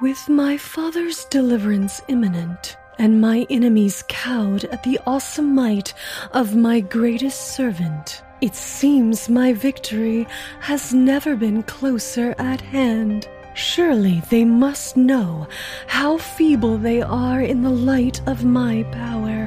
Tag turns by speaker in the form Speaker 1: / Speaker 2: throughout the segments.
Speaker 1: With my father's deliverance imminent, and my enemies cowed at the awesome might of my greatest servant, it seems my victory has never been closer at hand. Surely they must know how feeble they are in the light of my power.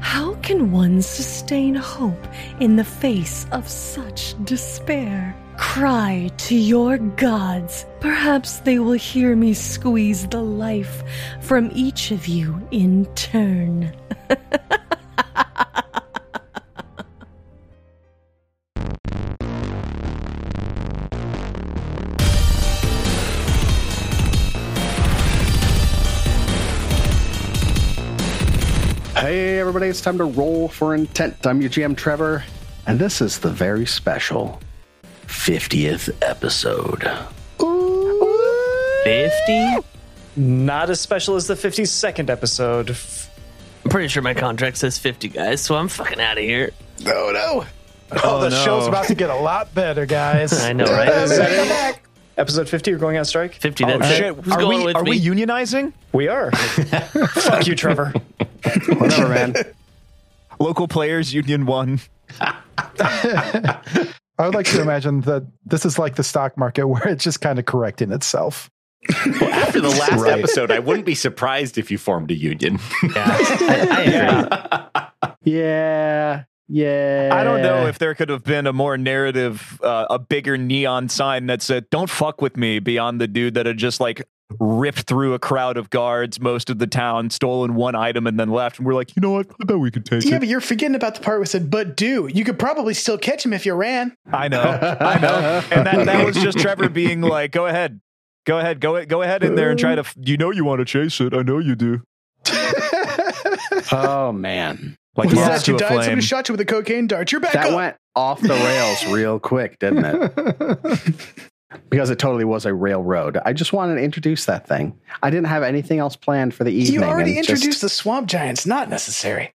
Speaker 1: How can one sustain hope in the face of such despair? Cry to your gods. Perhaps they will hear me squeeze the life from each of you in turn.
Speaker 2: Hey, everybody, it's time to roll for intent. I'm your GM, Trevor, and this is the very special 50th episode.
Speaker 3: 50?
Speaker 4: Not as special as the 52nd episode. F-
Speaker 3: I'm pretty sure my contract says 50, guys, so I'm fucking out of here.
Speaker 2: No, no.
Speaker 5: Oh, the
Speaker 3: no.
Speaker 5: show's about to get a lot better, guys.
Speaker 3: I know, right?
Speaker 4: Episode 50, we're going on strike?
Speaker 3: 50, that's it.
Speaker 5: Oh, Shit,
Speaker 3: Who's
Speaker 5: are
Speaker 3: going
Speaker 5: we,
Speaker 3: with
Speaker 5: are
Speaker 3: me?
Speaker 5: we unionizing?
Speaker 4: We are. Fuck you, Trevor.
Speaker 2: Whatever, man.
Speaker 5: Local players union one. I would like to imagine that this is like the stock market where it's just kind of correcting itself.
Speaker 6: After the last
Speaker 5: Right.
Speaker 6: episode, I wouldn't be surprised if you formed a union.
Speaker 3: I agree.
Speaker 7: Yeah. Yeah.
Speaker 5: I don't know if there could have been a more narrative, uh, a bigger neon sign that said, don't fuck with me beyond the dude that had just like ripped through a crowd of guards most of the town, stolen one item and then left. And we're like, you know what? I bet we could take
Speaker 8: Yeah,
Speaker 5: it.
Speaker 8: but you're forgetting about the part where it said, but do. You could probably still catch him if you ran.
Speaker 5: I know. I know. And that, that was just Trevor being like, go ahead. Go ahead. Go, go ahead in there and try to, f- you know, you want to chase it. I know you do.
Speaker 2: Oh, man.
Speaker 5: Like
Speaker 8: What is
Speaker 5: moths
Speaker 8: that? You
Speaker 5: to a
Speaker 8: died,
Speaker 5: flame.
Speaker 8: somebody shot you with a cocaine dart. You're back
Speaker 2: That
Speaker 8: up.
Speaker 2: went off the rails real quick, didn't it? Because it totally was a railroad. I just wanted to introduce that thing. I didn't have anything else planned for the evening.
Speaker 8: you already
Speaker 2: and just-
Speaker 8: introduced the swamp giants. Not necessary.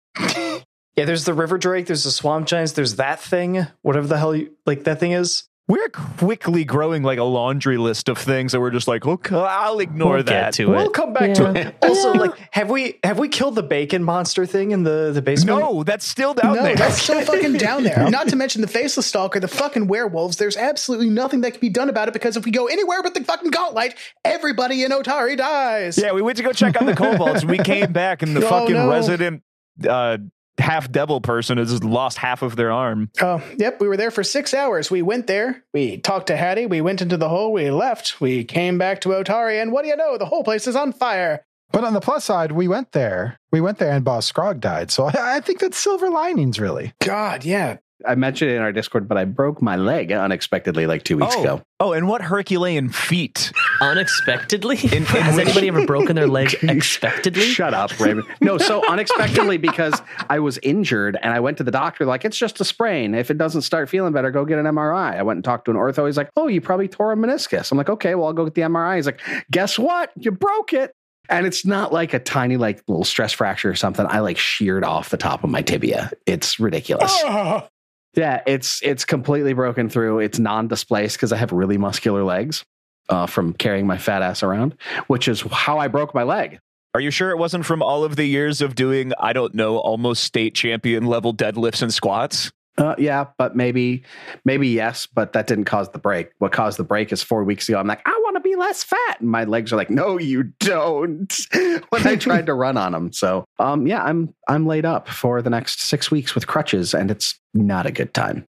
Speaker 4: Yeah, there's the River Drake, there's the Swamp Giants, there's that thing, whatever the hell you, like that thing is.
Speaker 5: We're quickly growing like a laundry list of things that we're just like, okay, I'll ignore
Speaker 3: We'll get
Speaker 5: that.
Speaker 3: to
Speaker 4: We'll
Speaker 3: it.
Speaker 4: come back to it. Also, like, have we have we killed the bacon monster thing in the, the basement?
Speaker 5: No, that's still down
Speaker 8: no,
Speaker 5: there.
Speaker 8: that's still fucking down there. Not to mention the faceless stalker, the fucking werewolves. There's absolutely nothing that can be done about it because if we go anywhere but the fucking gauntlet, everybody in Otari dies.
Speaker 5: yeah, we went to go check on the kobolds. We came back and the
Speaker 8: Oh,
Speaker 5: fucking
Speaker 8: no.
Speaker 5: resident uh, half devil person has just lost half of their arm.
Speaker 8: Oh, yep. We were there for six hours. We went there. We talked to Hattie. We went into the hole. We left. We came back to Otari, and what do you know? The whole place is on fire.
Speaker 9: But on the plus side, we went there. We went there and Boss Scrog died. So I, I think that's silver linings, really.
Speaker 8: God, yeah.
Speaker 2: I mentioned it in our Discord, but I broke my leg unexpectedly like two weeks
Speaker 5: oh,
Speaker 2: ago.
Speaker 5: oh, and what Herculean feat?
Speaker 3: Unexpectedly? Has anybody ever broken their leg expectedly?
Speaker 2: Shut up, Raymond. No, so unexpectedly because I was injured and I went to the doctor, like, it's just a sprain. If it doesn't start feeling better, go get an MRI. I went and talked to an ortho. He's like, oh, you probably tore a meniscus. I'm like, okay, well, I'll go get the MRI. He's like, guess what? You broke it. And it's not like a tiny, like, little stress fracture or something. I like sheared off the top of my tibia. It's ridiculous.
Speaker 8: Oh,
Speaker 2: Yeah, it's it's completely broken through. It's non-displaced because I have really muscular legs uh, from carrying my fat ass around, which is how I broke my leg.
Speaker 5: Are you sure it wasn't from all of the years of doing, I don't know, almost state champion level deadlifts and squats?
Speaker 2: Uh, yeah, but maybe, maybe yes, but that didn't cause the break. What caused the break is four weeks ago. I'm like, I want to be less fat, and my legs are like, No, you don't. when I tried to run on them, so um, yeah, I'm I'm laid up for the next six weeks with crutches, and it's not a good time.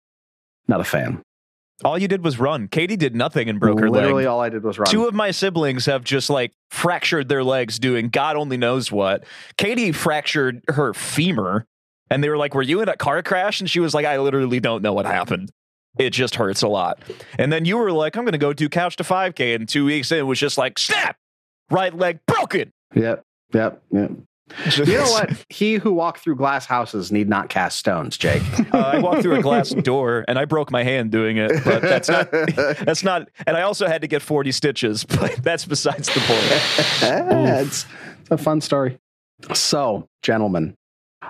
Speaker 2: Not a fan.
Speaker 5: All you did was run. Katie did nothing and broke her leg.
Speaker 2: Literally, all I did was run.
Speaker 5: Two of my siblings have just like fractured their legs doing God only knows what. Katie fractured her femur, and they were like, Were you in a car crash? And she was like, I literally don't know what happened. It just hurts a lot. And then you were like, I'm going to go do couch to 5K. And two weeks in, it was just like, Snap! Right leg broken.
Speaker 2: Yep, yep, yep. You know what? He who walked through glass houses need not cast stones, Jake.
Speaker 5: Uh, I walked through a glass door and I broke my hand doing it, but that's not. That's not, and I also had to get 40 stitches, but that's besides the point.
Speaker 2: it's, it's a fun story. So, gentlemen,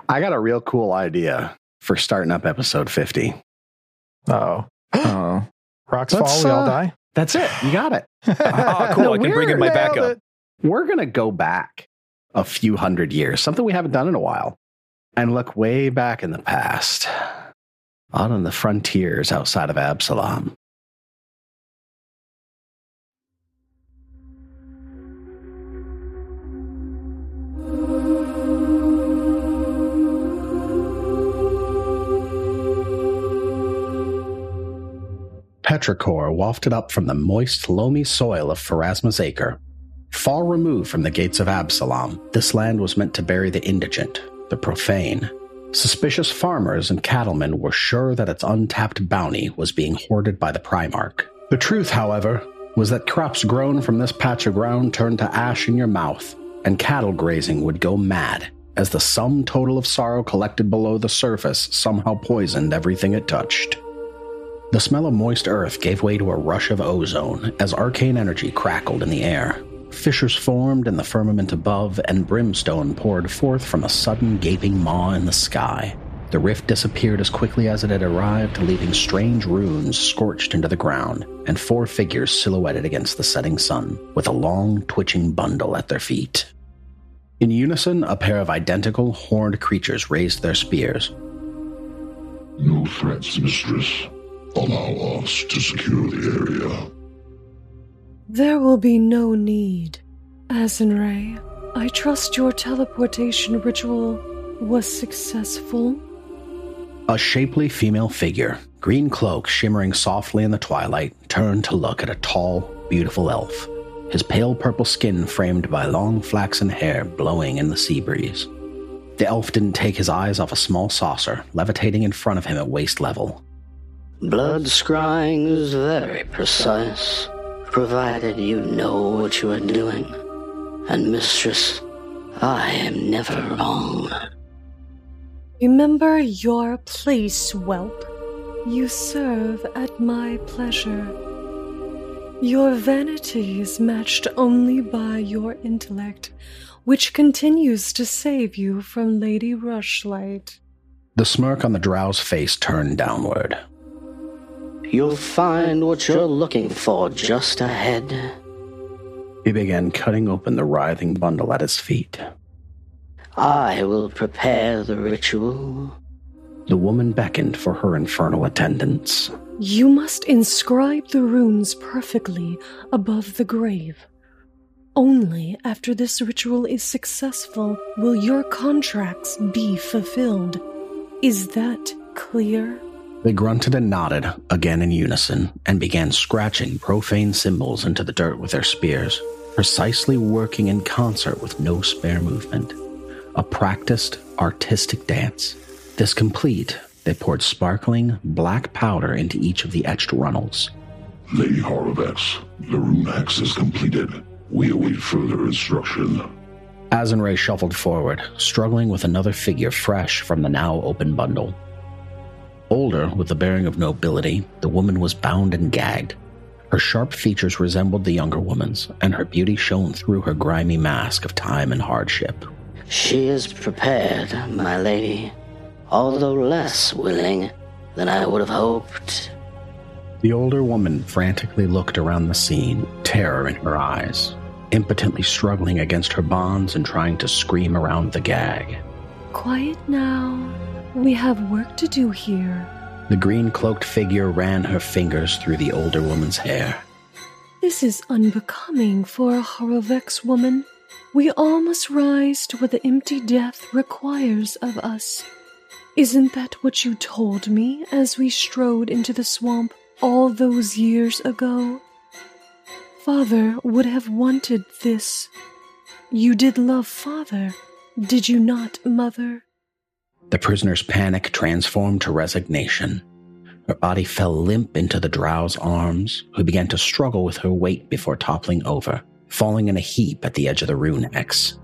Speaker 2: I got a real cool idea for starting up episode 50.
Speaker 5: Oh. Oh.
Speaker 9: Rocks
Speaker 2: Let's,
Speaker 9: fall, we all
Speaker 2: uh,
Speaker 9: die.
Speaker 2: That's it. You got it.
Speaker 5: Ah, cool. I can bring in my
Speaker 9: Nailed
Speaker 5: backup.
Speaker 9: it.
Speaker 2: we're going to go back a few hundred years, something we haven't done in a while, and look way back in the past, out on the frontiers outside of Absalom. Petrichor wafted up from the moist, loamy soil of Pharasma's acre. Far removed from the gates of Absalom, this land was meant to bury the indigent, the profane. Suspicious farmers and cattlemen were sure that its untapped bounty was being hoarded by the Primarch. The truth, however, was that crops grown from this patch of ground turned to ash in your mouth, and cattle grazing would go mad as the sum total of sorrow collected below the surface somehow poisoned everything it touched. The smell of moist earth gave way to a rush of ozone as arcane energy crackled in the air. Fissures formed in the firmament above, and brimstone poured forth from a sudden gaping maw in the sky. The rift disappeared as quickly as it had arrived, leaving strange runes scorched into the ground, and four figures silhouetted against the setting sun, with a long, twitching bundle at their feet. In unison, a pair of identical, horned creatures raised their spears,
Speaker 7: No threats, mistress. Allow us to secure the area.
Speaker 1: There will be no need. Azenray, I trust your teleportation ritual was successful.
Speaker 2: A shapely female figure, green cloak shimmering softly in the twilight, turned to look at a tall, beautiful elf, his pale purple skin framed by long flaxen hair blowing in the sea breeze. The elf didn't take his eyes off a small saucer levitating in front of him at waist level.
Speaker 10: Blood scrying is very precise, provided you know what you are doing. And, mistress, I am never wrong.
Speaker 1: Remember your place, whelp. You serve at my pleasure. Your vanity is matched only by your intellect, which continues to save you from Lady Rushlight.
Speaker 2: The smirk on the drow's face turned downward.
Speaker 10: You'll find what you're looking for just ahead.
Speaker 2: He began cutting open the writhing bundle at his feet.
Speaker 10: I will prepare the ritual.
Speaker 2: The woman beckoned for her infernal attendants.
Speaker 1: You must inscribe the runes perfectly above the grave. Only after this ritual is successful will your contracts be fulfilled. Is that clear?
Speaker 2: They grunted and nodded, again in unison, and began scratching profane symbols into the dirt with their spears, precisely working in concert with no spare movement. A practiced, artistic dance. This complete, they poured sparkling, black powder into each of the etched runnels.
Speaker 7: Lady Horovex, the rune axe is completed. We await further instruction.
Speaker 2: Azenray shuffled forward, struggling with another figure fresh from the now open bundle. Older, with the bearing of nobility, the woman was bound and gagged. Her sharp features resembled the younger woman's, and her beauty shone through her grimy mask of time and hardship.
Speaker 10: She is prepared, my lady, although less willing than I would have hoped.
Speaker 2: The older woman frantically looked around the scene, terror in her eyes, impotently struggling against her bonds and trying to scream around the gag.
Speaker 1: Quiet now. We have work to do here.
Speaker 2: The green cloaked figure ran her fingers through the older woman's hair.
Speaker 1: This is unbecoming for a Horovex woman. We all must rise to what the empty death requires of us. Isn't that what you told me as we strode into the swamp all those years ago? Father would have wanted this. You did love Father, did you not, Mother?
Speaker 2: The prisoner's panic transformed to resignation. Her body fell limp into the drow's arms, who began to struggle with her weight before toppling over, falling in a heap at the edge of the rune X.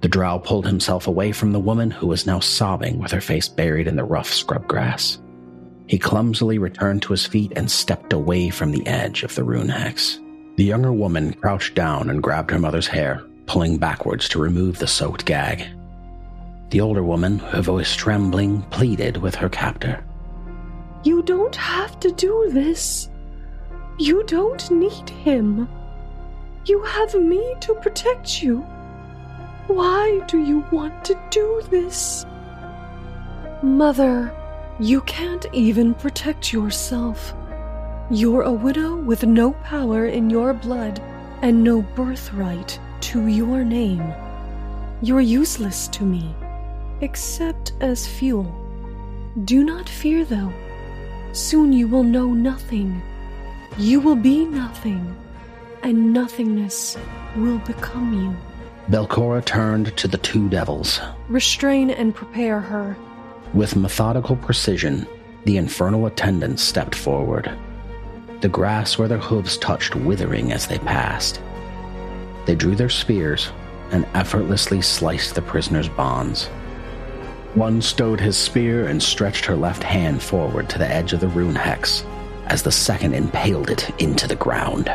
Speaker 2: The drow pulled himself away from the woman who was now sobbing with her face buried in the rough scrub grass. He clumsily returned to his feet and stepped away from the edge of the rune hex. The younger woman crouched down and grabbed her mother's hair, pulling backwards to remove the soaked gag. The older woman, her voice trembling, pleaded with her captor.
Speaker 1: You don't have to do this. You don't need him. You have me to protect you. Why do you want to do this? Mother, you can't even protect yourself. You're a widow with no power in your blood and no birthright to your name. You're useless to me, except as fuel. Do not fear, though. Soon you will know nothing. You will be nothing, and nothingness will become you.
Speaker 2: Belcora turned to the two devils.
Speaker 1: Restrain and prepare her.
Speaker 2: With methodical precision, the infernal attendants stepped forward, the grass where their hooves touched withering as they passed. They drew their spears and effortlessly sliced the prisoner's bonds. One stowed his spear and stretched her left hand forward to the edge of the rune hex as the second impaled it into the ground.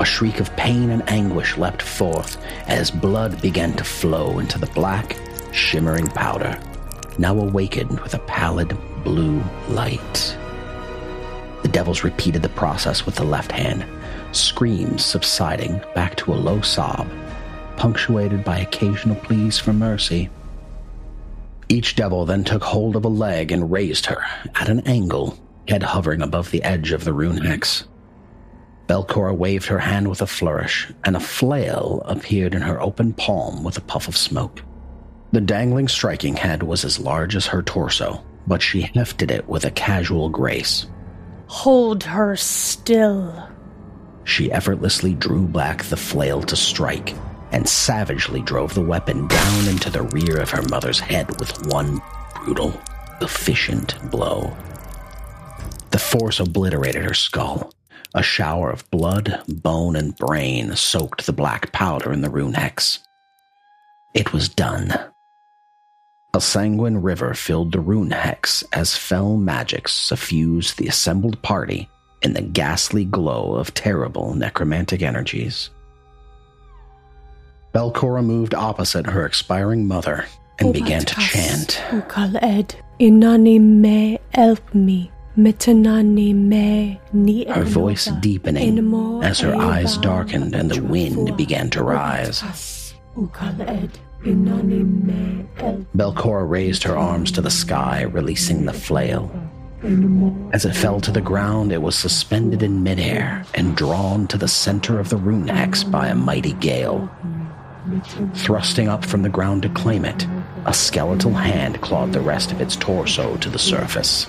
Speaker 2: A shriek of pain and anguish leapt forth as blood began to flow into the black, shimmering powder, now awakened with a pallid blue light. The devils repeated the process with the left hand, screams subsiding back to a low sob, punctuated by occasional pleas for mercy. Each devil then took hold of a leg and raised her at an angle, head hovering above the edge of the rune hex. Belcora waved her hand with a flourish, and a flail appeared in her open palm with a puff of smoke. The dangling striking head was as large as her torso, but she hefted it with a casual grace.
Speaker 1: Hold her still.
Speaker 2: She effortlessly drew back the flail to strike and savagely drove the weapon down into the rear of her mother's head with one brutal, efficient blow. The force obliterated her skull. A shower of blood, bone, and brain soaked the black powder in the rune hex. It was done. A sanguine river filled the rune hex as fell magic suffused the assembled party in the ghastly glow of terrible necromantic energies. Belcora moved opposite her expiring mother and began to chant.
Speaker 1: Ukal ed. Inani me help me. Metanani me ni
Speaker 2: Her voice deepening as her eyes darkened and the wind began to rise.
Speaker 1: Ukal ed. Inani me help
Speaker 2: Belcora raised her arms to the sky, releasing the flail. As it fell to the ground, it was suspended in midair and drawn to the center of the rune hex by a mighty gale. Thrusting up from the ground to claim it, a skeletal hand clawed the rest of its torso to the surface.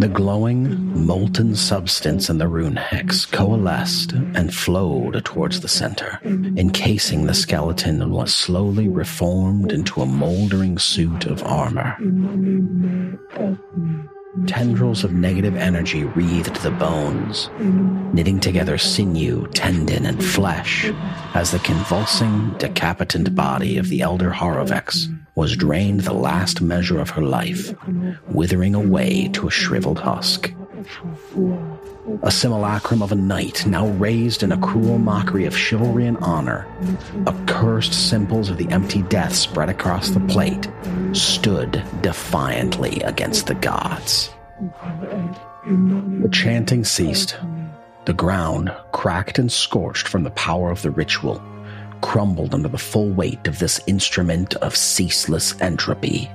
Speaker 2: The glowing, molten substance in the rune hex coalesced and flowed towards the center, encasing the skeleton in what slowly reformed into a moldering suit of armor. Tendrils of negative energy wreathed the bones, knitting together sinew, tendon, and flesh as the convulsing, decapitant body of the elder Horovex was drained the last measure of her life, withering away to a shriveled husk. A simulacrum of a knight now raised in a cruel mockery of chivalry and honor, accursed symbols of the empty death spread across the plate, stood defiantly against the gods. The chanting ceased. The ground, cracked and scorched from the power of the ritual, crumbled under the full weight of this instrument of ceaseless entropy.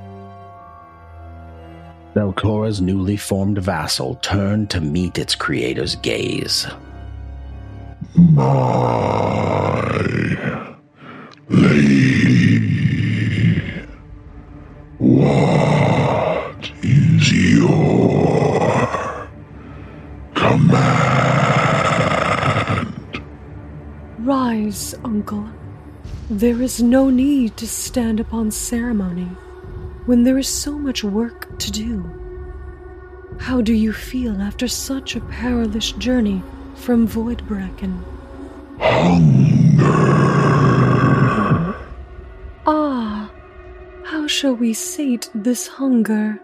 Speaker 2: Belcora's newly formed vassal turned to meet its creator's gaze.
Speaker 11: My lady, what is your command?
Speaker 1: Rise, uncle. There is no need to stand upon ceremony when there is so much work to do. How do you feel after such a perilous journey from Voidbracken? Ah, how shall we sate this hunger?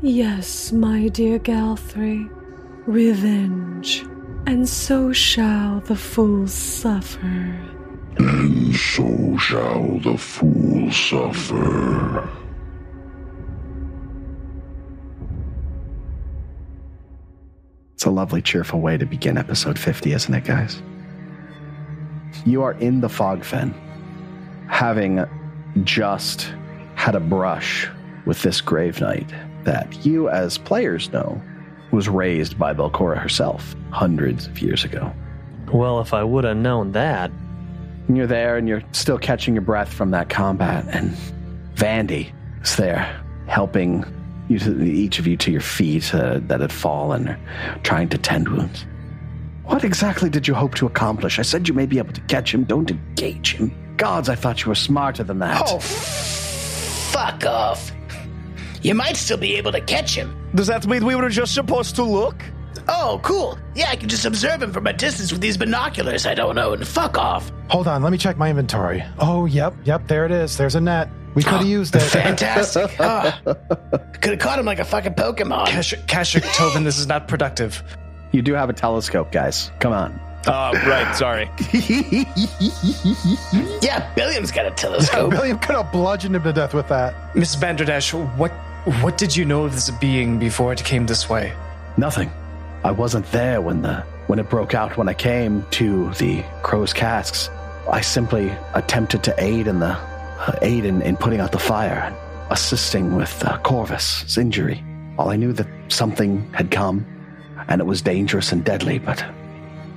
Speaker 1: Yes, my dear Galthry, revenge. And so shall the fool suffer.
Speaker 11: And so shall the fool suffer.
Speaker 2: It's a lovely, cheerful way to begin episode 50, isn't it, guys? You are in the fog fen, having just had a brush with this grave knight that you, as players, know was raised by Belcora herself hundreds of years ago.
Speaker 3: Well, if I would have known that.
Speaker 2: And you're there and you're still catching your breath from that combat, and Vandy is there helping you to, each of you to your feet uh, that had fallen, trying to tend wounds. What exactly did you hope to accomplish? I said you may be able to catch him, don't engage him. Gods, I thought you were smarter than that.
Speaker 11: Oh, fuck off. You might still be able to catch him.
Speaker 5: Does that mean we were just supposed to look?
Speaker 11: Oh, cool. Yeah, I can just observe him from a distance with these binoculars I don't own. Fuck off.
Speaker 9: Hold on, let me check my inventory. Oh, yep, yep, there it is. There's a net. We could have used it.
Speaker 11: Fantastic.
Speaker 8: Ah,
Speaker 11: Could have caught him like a fucking Pokemon.
Speaker 4: Kashik, Kashik, Tovin, this is not productive.
Speaker 2: You do have a telescope, guys. Come on.
Speaker 5: Uh, right, sorry.
Speaker 11: yeah, Billiam's got a telescope.
Speaker 9: Billiam could have bludgeoned him to death with that.
Speaker 4: Miss Banderdash, what what did you know of this being before it came this way?
Speaker 2: Nothing. I wasn't there when the when it broke out when I came to the crow's casks. I simply attempted to aid in the uh, aid in, in putting out the fire and assisting with uh, Corvus's injury. While I knew that something had come and it was dangerous and deadly, but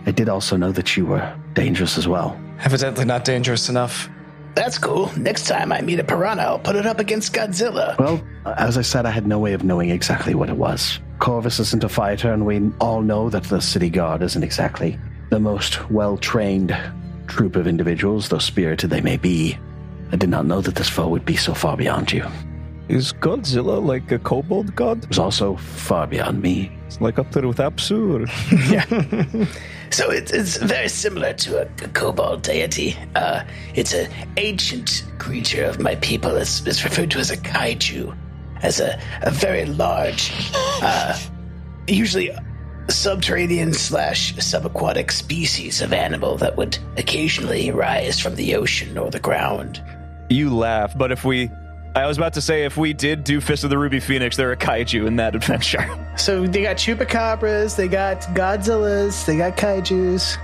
Speaker 2: I did also know that you were dangerous as well.
Speaker 4: Evidently not dangerous enough.
Speaker 11: That's cool. Next time I meet a piranha, I'll put it up against Godzilla.
Speaker 2: Well, as I said, I had no way of knowing exactly what it was. Corvus isn't a fighter, and we all know that the city guard isn't exactly the most well trained troop of individuals, though spirited they may be. I did not know that this foe would be so far beyond you.
Speaker 5: Is Godzilla like a kobold god?
Speaker 2: It was also far beyond me.
Speaker 5: It's like up there with Apsu. Or...
Speaker 11: So it's, it's very similar to a, a kobold deity. Uh, it's an ancient creature of my people. It's, it's referred to as a kaiju, as a, a very large, uh, usually subterranean slash subaquatic species of animal that would occasionally rise from the ocean or the ground.
Speaker 5: You laugh, but if we. I was about to say, if we did do Fist of the Ruby Phoenix, they're a kaiju in that adventure.
Speaker 8: So they got chupacabras, they got Godzillas, they got kaiju's.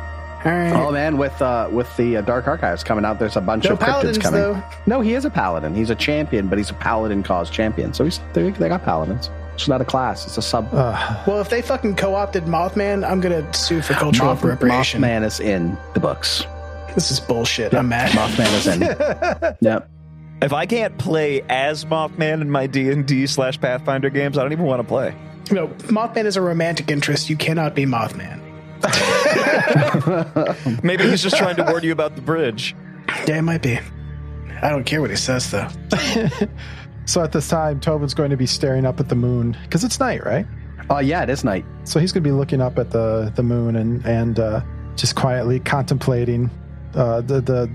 Speaker 8: All right.
Speaker 2: Oh man, with uh, with the uh, Dark Archives coming out, there's a bunch
Speaker 8: No
Speaker 2: of cryptids
Speaker 8: paladins,
Speaker 2: coming.
Speaker 8: though.
Speaker 2: No, he is a paladin. He's a champion, but he's a paladin cause champion. So he's they, they got paladins. It's not a class. It's a sub.
Speaker 8: Well, if they fucking co-opted Mothman, I'm gonna sue for cultural
Speaker 2: Moth-
Speaker 8: appropriation.
Speaker 2: Mothman is in the books.
Speaker 8: This is bullshit. I'm mad.
Speaker 2: Mothman is in. yep.
Speaker 5: If I can't play as Mothman in my D and D slash Pathfinder games, I don't even want to play.
Speaker 8: No, Mothman is a romantic interest. You cannot be Mothman.
Speaker 5: Maybe he's just trying to warn you about the bridge.
Speaker 8: Yeah, it might be. I don't care what he says though.
Speaker 9: So at this time, Tobin's going to be staring up at the moon because it's night, right?
Speaker 2: Uh, yeah, it is night.
Speaker 9: So he's going to be looking up at the the moon and and uh, just quietly contemplating uh, the the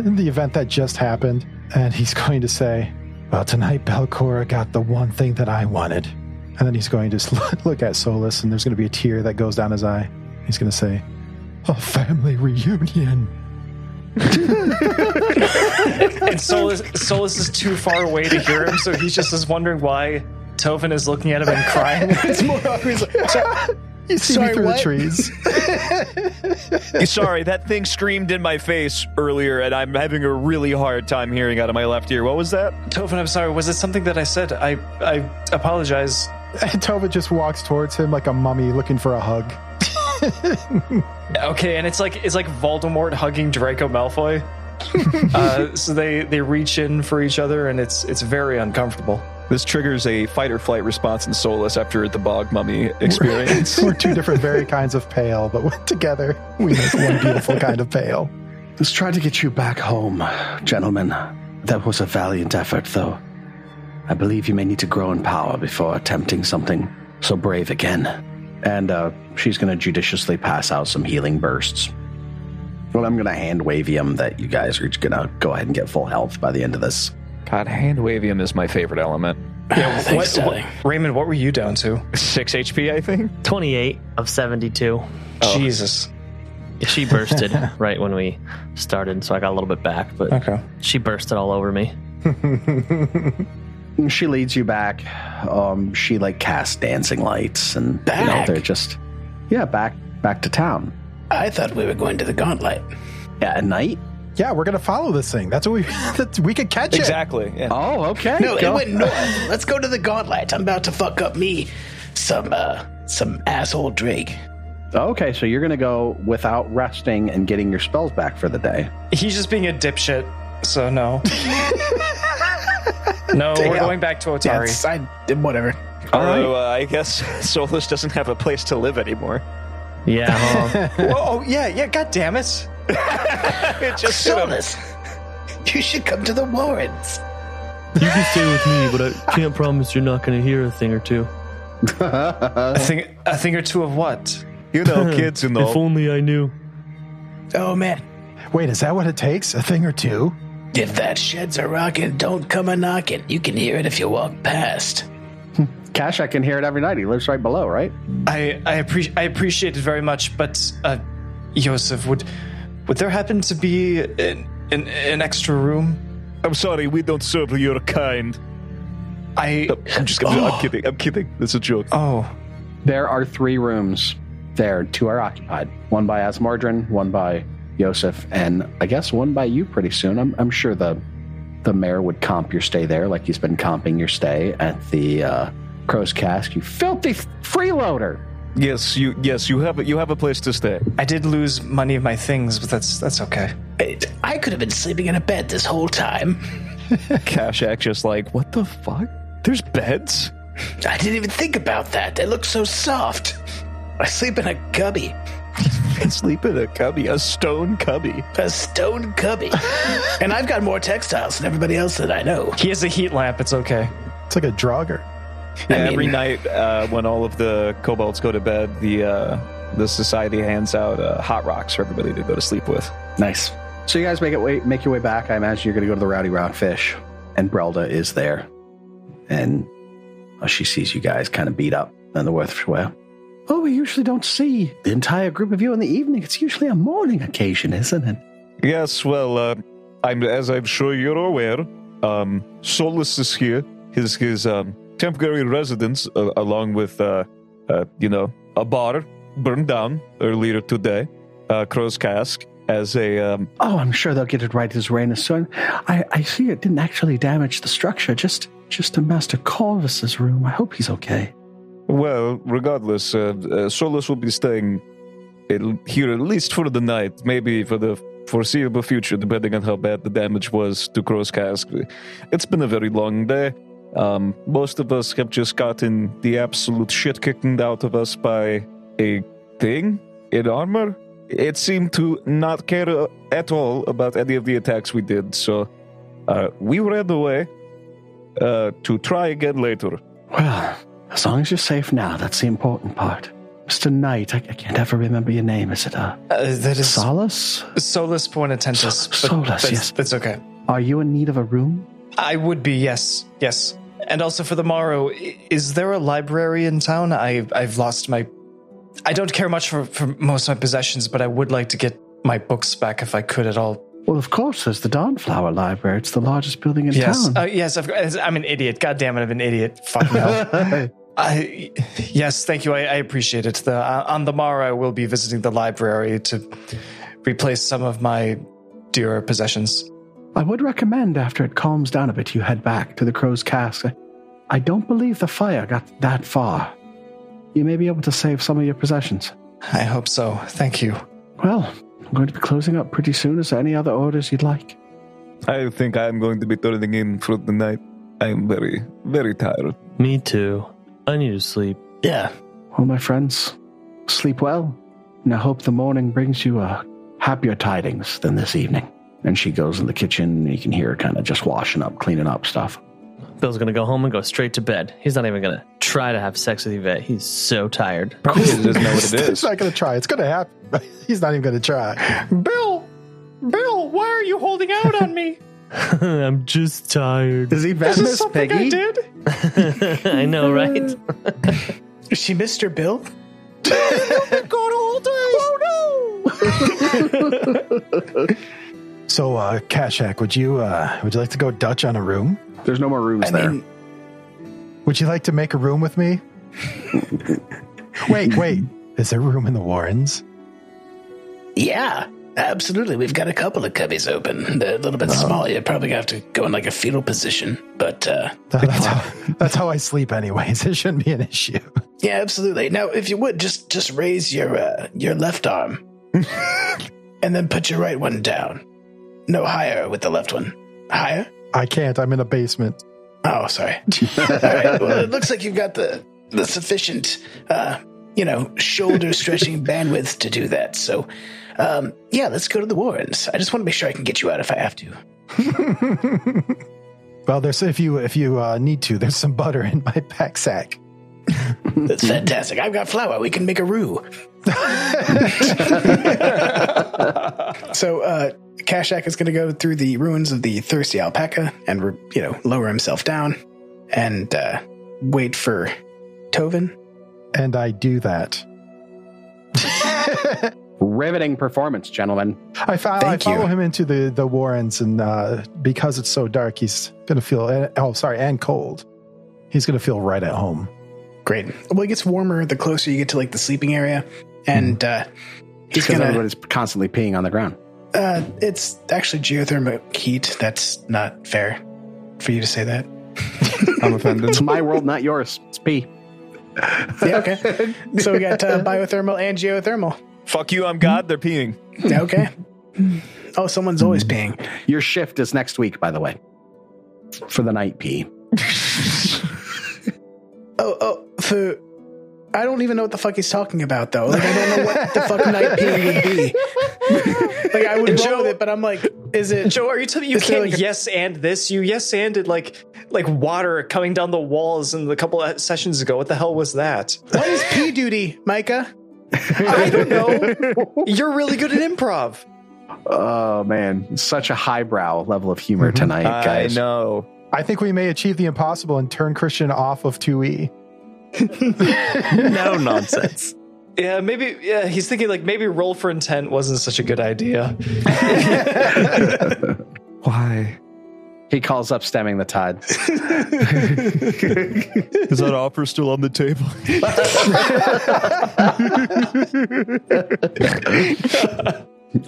Speaker 9: the event that just happened. And he's going to say, "Well, tonight Belcora got the one thing that I wanted." And then he's going to just look at Solus, and there's going to be a tear that goes down his eye. He's going to say, "A family reunion."
Speaker 4: And Solus, Solus is too far away to hear him, so he's just is wondering why Tovin is looking at him and crying.
Speaker 8: It's more awkward.
Speaker 9: You see me
Speaker 8: Sorry,
Speaker 9: through the
Speaker 8: what?
Speaker 9: trees.
Speaker 5: Sorry, that thing screamed in my face earlier, and I'm having a really hard time hearing out of my left ear. What was that?
Speaker 4: Tovin, I'm sorry. Was it something that I said? I I apologize.
Speaker 9: And Tobin just walks towards him like a mummy looking for a hug.
Speaker 4: Okay, and it's like it's like Voldemort hugging Draco Malfoy. uh, so they they reach in for each other, and it's it's very uncomfortable.
Speaker 5: This triggers a fight or flight response in Solus after the Bog Mummy experience.
Speaker 9: We're two different very kinds of pale, but we're together we make one beautiful kind of pale.
Speaker 2: Let's try to get you back home, gentlemen. That was a valiant effort, though. I believe you may need to grow in power before attempting something so brave again. And uh, she's going to judiciously pass out some healing bursts. Well, I'm going to hand wavium that you guys are going to go ahead and get full health by the end of this.
Speaker 5: God, hand wavium is my favorite element.
Speaker 4: Yeah,
Speaker 11: Thanks,
Speaker 4: what,
Speaker 11: darling.
Speaker 4: what, Raymond, what were you down to?
Speaker 5: Six HP, I think.
Speaker 3: 28 of 72.
Speaker 2: Oh.
Speaker 4: Jesus.
Speaker 3: She bursted right when we started, so I got a little bit back, but
Speaker 4: Okay.
Speaker 3: she bursted all over me.
Speaker 2: She leads you back. Um, she like casts dancing lights and you know,
Speaker 11: Back?
Speaker 2: they're just yeah back back to town.
Speaker 11: I thought we were going to the gauntlet.
Speaker 2: Yeah, at night.
Speaker 9: Yeah, we're gonna follow this thing. That's what we. That's, we could catch
Speaker 11: Exactly,
Speaker 9: it.
Speaker 11: yeah.
Speaker 2: Oh, okay.
Speaker 11: no, it went north. Let's go to the gauntlet. I'm about to fuck up me some uh some asshole Drake.
Speaker 2: Okay, so you're gonna go without resting and getting your spells back for the day.
Speaker 4: He's just being a dipshit, so no. no, we're
Speaker 12: Damn.
Speaker 4: going back to Otari.
Speaker 12: Yes,
Speaker 4: I did whatever.
Speaker 12: Although uh, I guess Solus doesn't have a place to live anymore.
Speaker 13: Yeah.
Speaker 4: oh yeah, yeah. God damn it!
Speaker 12: it just
Speaker 11: Solus, you should come to the Warrens.
Speaker 13: You can stay with me, but I can't promise you're not going to hear a thing or two.
Speaker 4: a thing, a thing or two of what?
Speaker 12: Uh, You
Speaker 13: If only I knew.
Speaker 11: Oh man,
Speaker 9: Wait, is that what it takes? A thing or two?
Speaker 11: if that shed's a rockin', don't come a knockin'. You can hear it if you walk past.
Speaker 2: Cash, I can hear it every night. He lives right below, right?
Speaker 4: I I appreciate I appreciate it very much, but uh, Joseph, would would there happen to be an an, an extra room?
Speaker 12: I'm sorry, we don't serve your kind.
Speaker 4: I
Speaker 12: I'm just gonna. I'm kidding. I'm kidding. That's a joke.
Speaker 4: Oh,
Speaker 2: there are three rooms. There, two are occupied. One by Asmordran, one by Yosef, and I guess one by you pretty soon. I'm, I'm sure the the mayor would comp your stay there, like he's been comping your stay at the uh, Crow's Cask. You filthy freeloader!
Speaker 12: Yes, you. Yes, you have. A, you have a place to stay.
Speaker 4: I did lose money of my things, but that's that's okay.
Speaker 11: It, I could have been sleeping in a bed this whole time.
Speaker 12: Kashak just like, what the fuck? There's beds.
Speaker 11: I didn't even think about that. They look so soft. I sleep in a cubby,
Speaker 12: Sleep in a cubby, a stone cubby.
Speaker 11: a stone cubby, and I've got more textiles than everybody else that I know.
Speaker 4: He has a heat lamp. It's okay.
Speaker 9: It's like a drugger.
Speaker 12: Yeah,
Speaker 11: I mean-
Speaker 12: every night uh, when all of the kobolds go to bed, the uh, the society hands out uh, hot rocks for everybody to go to sleep with.
Speaker 2: Nice. So you guys make it way, make your way back. I imagine you're going to go to the Rowdy Rockfish, and Brelda is there, and uh, she sees you guys kind of beat up in the Worth Well, Oh, we usually don't see the entire group of you in the evening. It's usually a morning occasion, isn't it?
Speaker 12: Yes, well, uh, I'm as I'm sure you're aware, um, Solus is here, his his um, temporary residence, uh, along with uh, uh, you know a bar burned down earlier today, uh, Crow's Cask, as a um,
Speaker 2: Oh, I'm sure they'll get it right as rain is soon. I, I see it didn't actually damage the structure, just just to Master Corvus's room. I hope he's okay.
Speaker 12: Well, regardless, uh, uh, Solus will be staying in- here at least for the night, maybe for the foreseeable future, depending on how bad the damage was to Crow's Cask. It's been a very long day. Um, most of us have just gotten the absolute shit kicked out of us by a thing in armor. It seemed to not care uh, at all about any of the attacks we did, so uh, we ran away uh, to try again later.
Speaker 2: Well, as long as you're safe now, that's the important part. Mr. Knight, I, I can't ever remember your name. Is it uh,
Speaker 4: Uh, that is
Speaker 2: Solus?
Speaker 4: Solus Pointentus.
Speaker 2: Solus, yes.
Speaker 4: That's okay.
Speaker 2: Are you in need of a room?
Speaker 4: I would be, yes, yes. And also for the morrow, i- is there a library in town? I, I've lost my. I don't care much for, for most of my possessions, but I would like to get my books back if I could at all.
Speaker 2: Well, of course, there's the Dawnflower Library. It's the largest building in
Speaker 4: Yes,
Speaker 2: town.
Speaker 4: uh, yes. I've, I'm an idiot. God damn it, I'm an idiot. Fuck hell. I, yes, thank you. I, I appreciate it. The, uh, on the morrow, I will be visiting the library to replace some of my dearer possessions.
Speaker 2: I would recommend after it calms down a bit, you head back to the Crow's Cask. I- I don't believe the fire got that far. You may be able to save some of your possessions.
Speaker 4: I hope so. Thank you.
Speaker 2: Well, I'm going to be closing up pretty soon. Is there any other orders you'd like?
Speaker 12: I think I'm going to be turning in for the night. I'm very, very tired.
Speaker 13: Me too. I need to sleep.
Speaker 11: Yeah.
Speaker 2: Well, my friends, sleep well, and I hope the morning brings you uh, happier tidings than this evening. And she goes in the kitchen, and you can hear her kind of just washing up, cleaning up stuff.
Speaker 13: Bill's going to go home and go straight to bed. He's not even going to try to have sex with Yvette. He's so tired. Probably
Speaker 12: doesn't know what
Speaker 9: He's not gonna try. It's gonna happen. He's not even gonna try.
Speaker 4: Bill, Bill, why are you holding out on me?
Speaker 13: I'm just tired.
Speaker 2: Does he
Speaker 4: this is something I did.
Speaker 13: I know, right?
Speaker 14: Is she Mr. Bill?
Speaker 9: So, uh, Kashak, would you uh, would you like to go Dutch on a room?
Speaker 2: There's no more rooms
Speaker 14: I
Speaker 2: there.
Speaker 14: mean,
Speaker 9: Would you like to make a room with me? wait, wait. Is there room in the Warrens?
Speaker 11: Yeah, absolutely. We've got a couple of cubbies open. They're a little bit
Speaker 9: Uh-huh.
Speaker 11: small. You're probably going to have to go in like a fetal position. But uh,
Speaker 9: No, that's, how, that's how I sleep, anyways. It shouldn't be an issue.
Speaker 11: yeah, absolutely. Now, if you would just just raise your uh, your left arm, and then put your right one down. No higher with the left one. Higher.
Speaker 9: I can't. I'm in a basement.
Speaker 11: Oh, sorry. All right. Well, it looks like you've got the the sufficient, uh, you know, shoulder stretching bandwidth to do that. So, um, yeah, let's go to the Warrens. I just want to make sure I can get you out if I have to.
Speaker 9: Well, there's if you if you uh, need to, there's some butter in my pack sack.
Speaker 11: That's fantastic. I've got flour. We can make a roux.
Speaker 8: So uh, Kashak is going to go through the ruins of the thirsty alpaca and re- you know lower himself down and uh, wait for Tovin.
Speaker 9: And I do that.
Speaker 2: Riveting performance, gentlemen.
Speaker 9: I, fo- I follow him into the the Warrens, and uh, because it's so dark, he's gonna feel. and- Oh, sorry, and cold. He's gonna feel right at home.
Speaker 8: Great. Well, it gets warmer the closer you get to like the sleeping area, and uh,
Speaker 9: Mm-hmm.
Speaker 8: he's
Speaker 2: Because
Speaker 8: gonna.
Speaker 2: everybody's constantly peeing on the ground.
Speaker 8: Uh, it's actually geothermal heat. That's not fair for you to say that.
Speaker 2: I'm offended. it's my world, not yours. It's pee.
Speaker 8: Yeah. Okay. so we got uh, biothermal and geothermal.
Speaker 5: Fuck you, I'm God. They're peeing.
Speaker 2: Hmm.
Speaker 8: Okay. Oh, someone's always peeing.
Speaker 2: Mm. Your shift is next week, by the way, for the night pee.
Speaker 8: Oh, oh, for. I don't even know what the fuck he's talking about though. Like I don't know what the fuck night pee would be. like I would roll with it, but I'm like, is it
Speaker 4: Joe, are you telling me you
Speaker 8: Is there
Speaker 4: can't
Speaker 8: like a-
Speaker 4: yes and this? You yes anded like like water coming down the walls in the couple of sessions ago. What the hell was that?
Speaker 8: what is pee duty, Micah?
Speaker 4: I don't know. You're really good at improv.
Speaker 2: Oh man, such a highbrow level of
Speaker 8: Mm-hmm.
Speaker 2: humor tonight, guys.
Speaker 5: I know.
Speaker 9: I think we may achieve the impossible and turn Christian off of two E.
Speaker 6: no nonsense.
Speaker 4: Yeah, maybe yeah, he's thinking like maybe roll for intent wasn't such a good idea.
Speaker 2: Why? He calls up stemming the tide.
Speaker 5: Is that offer still on the table?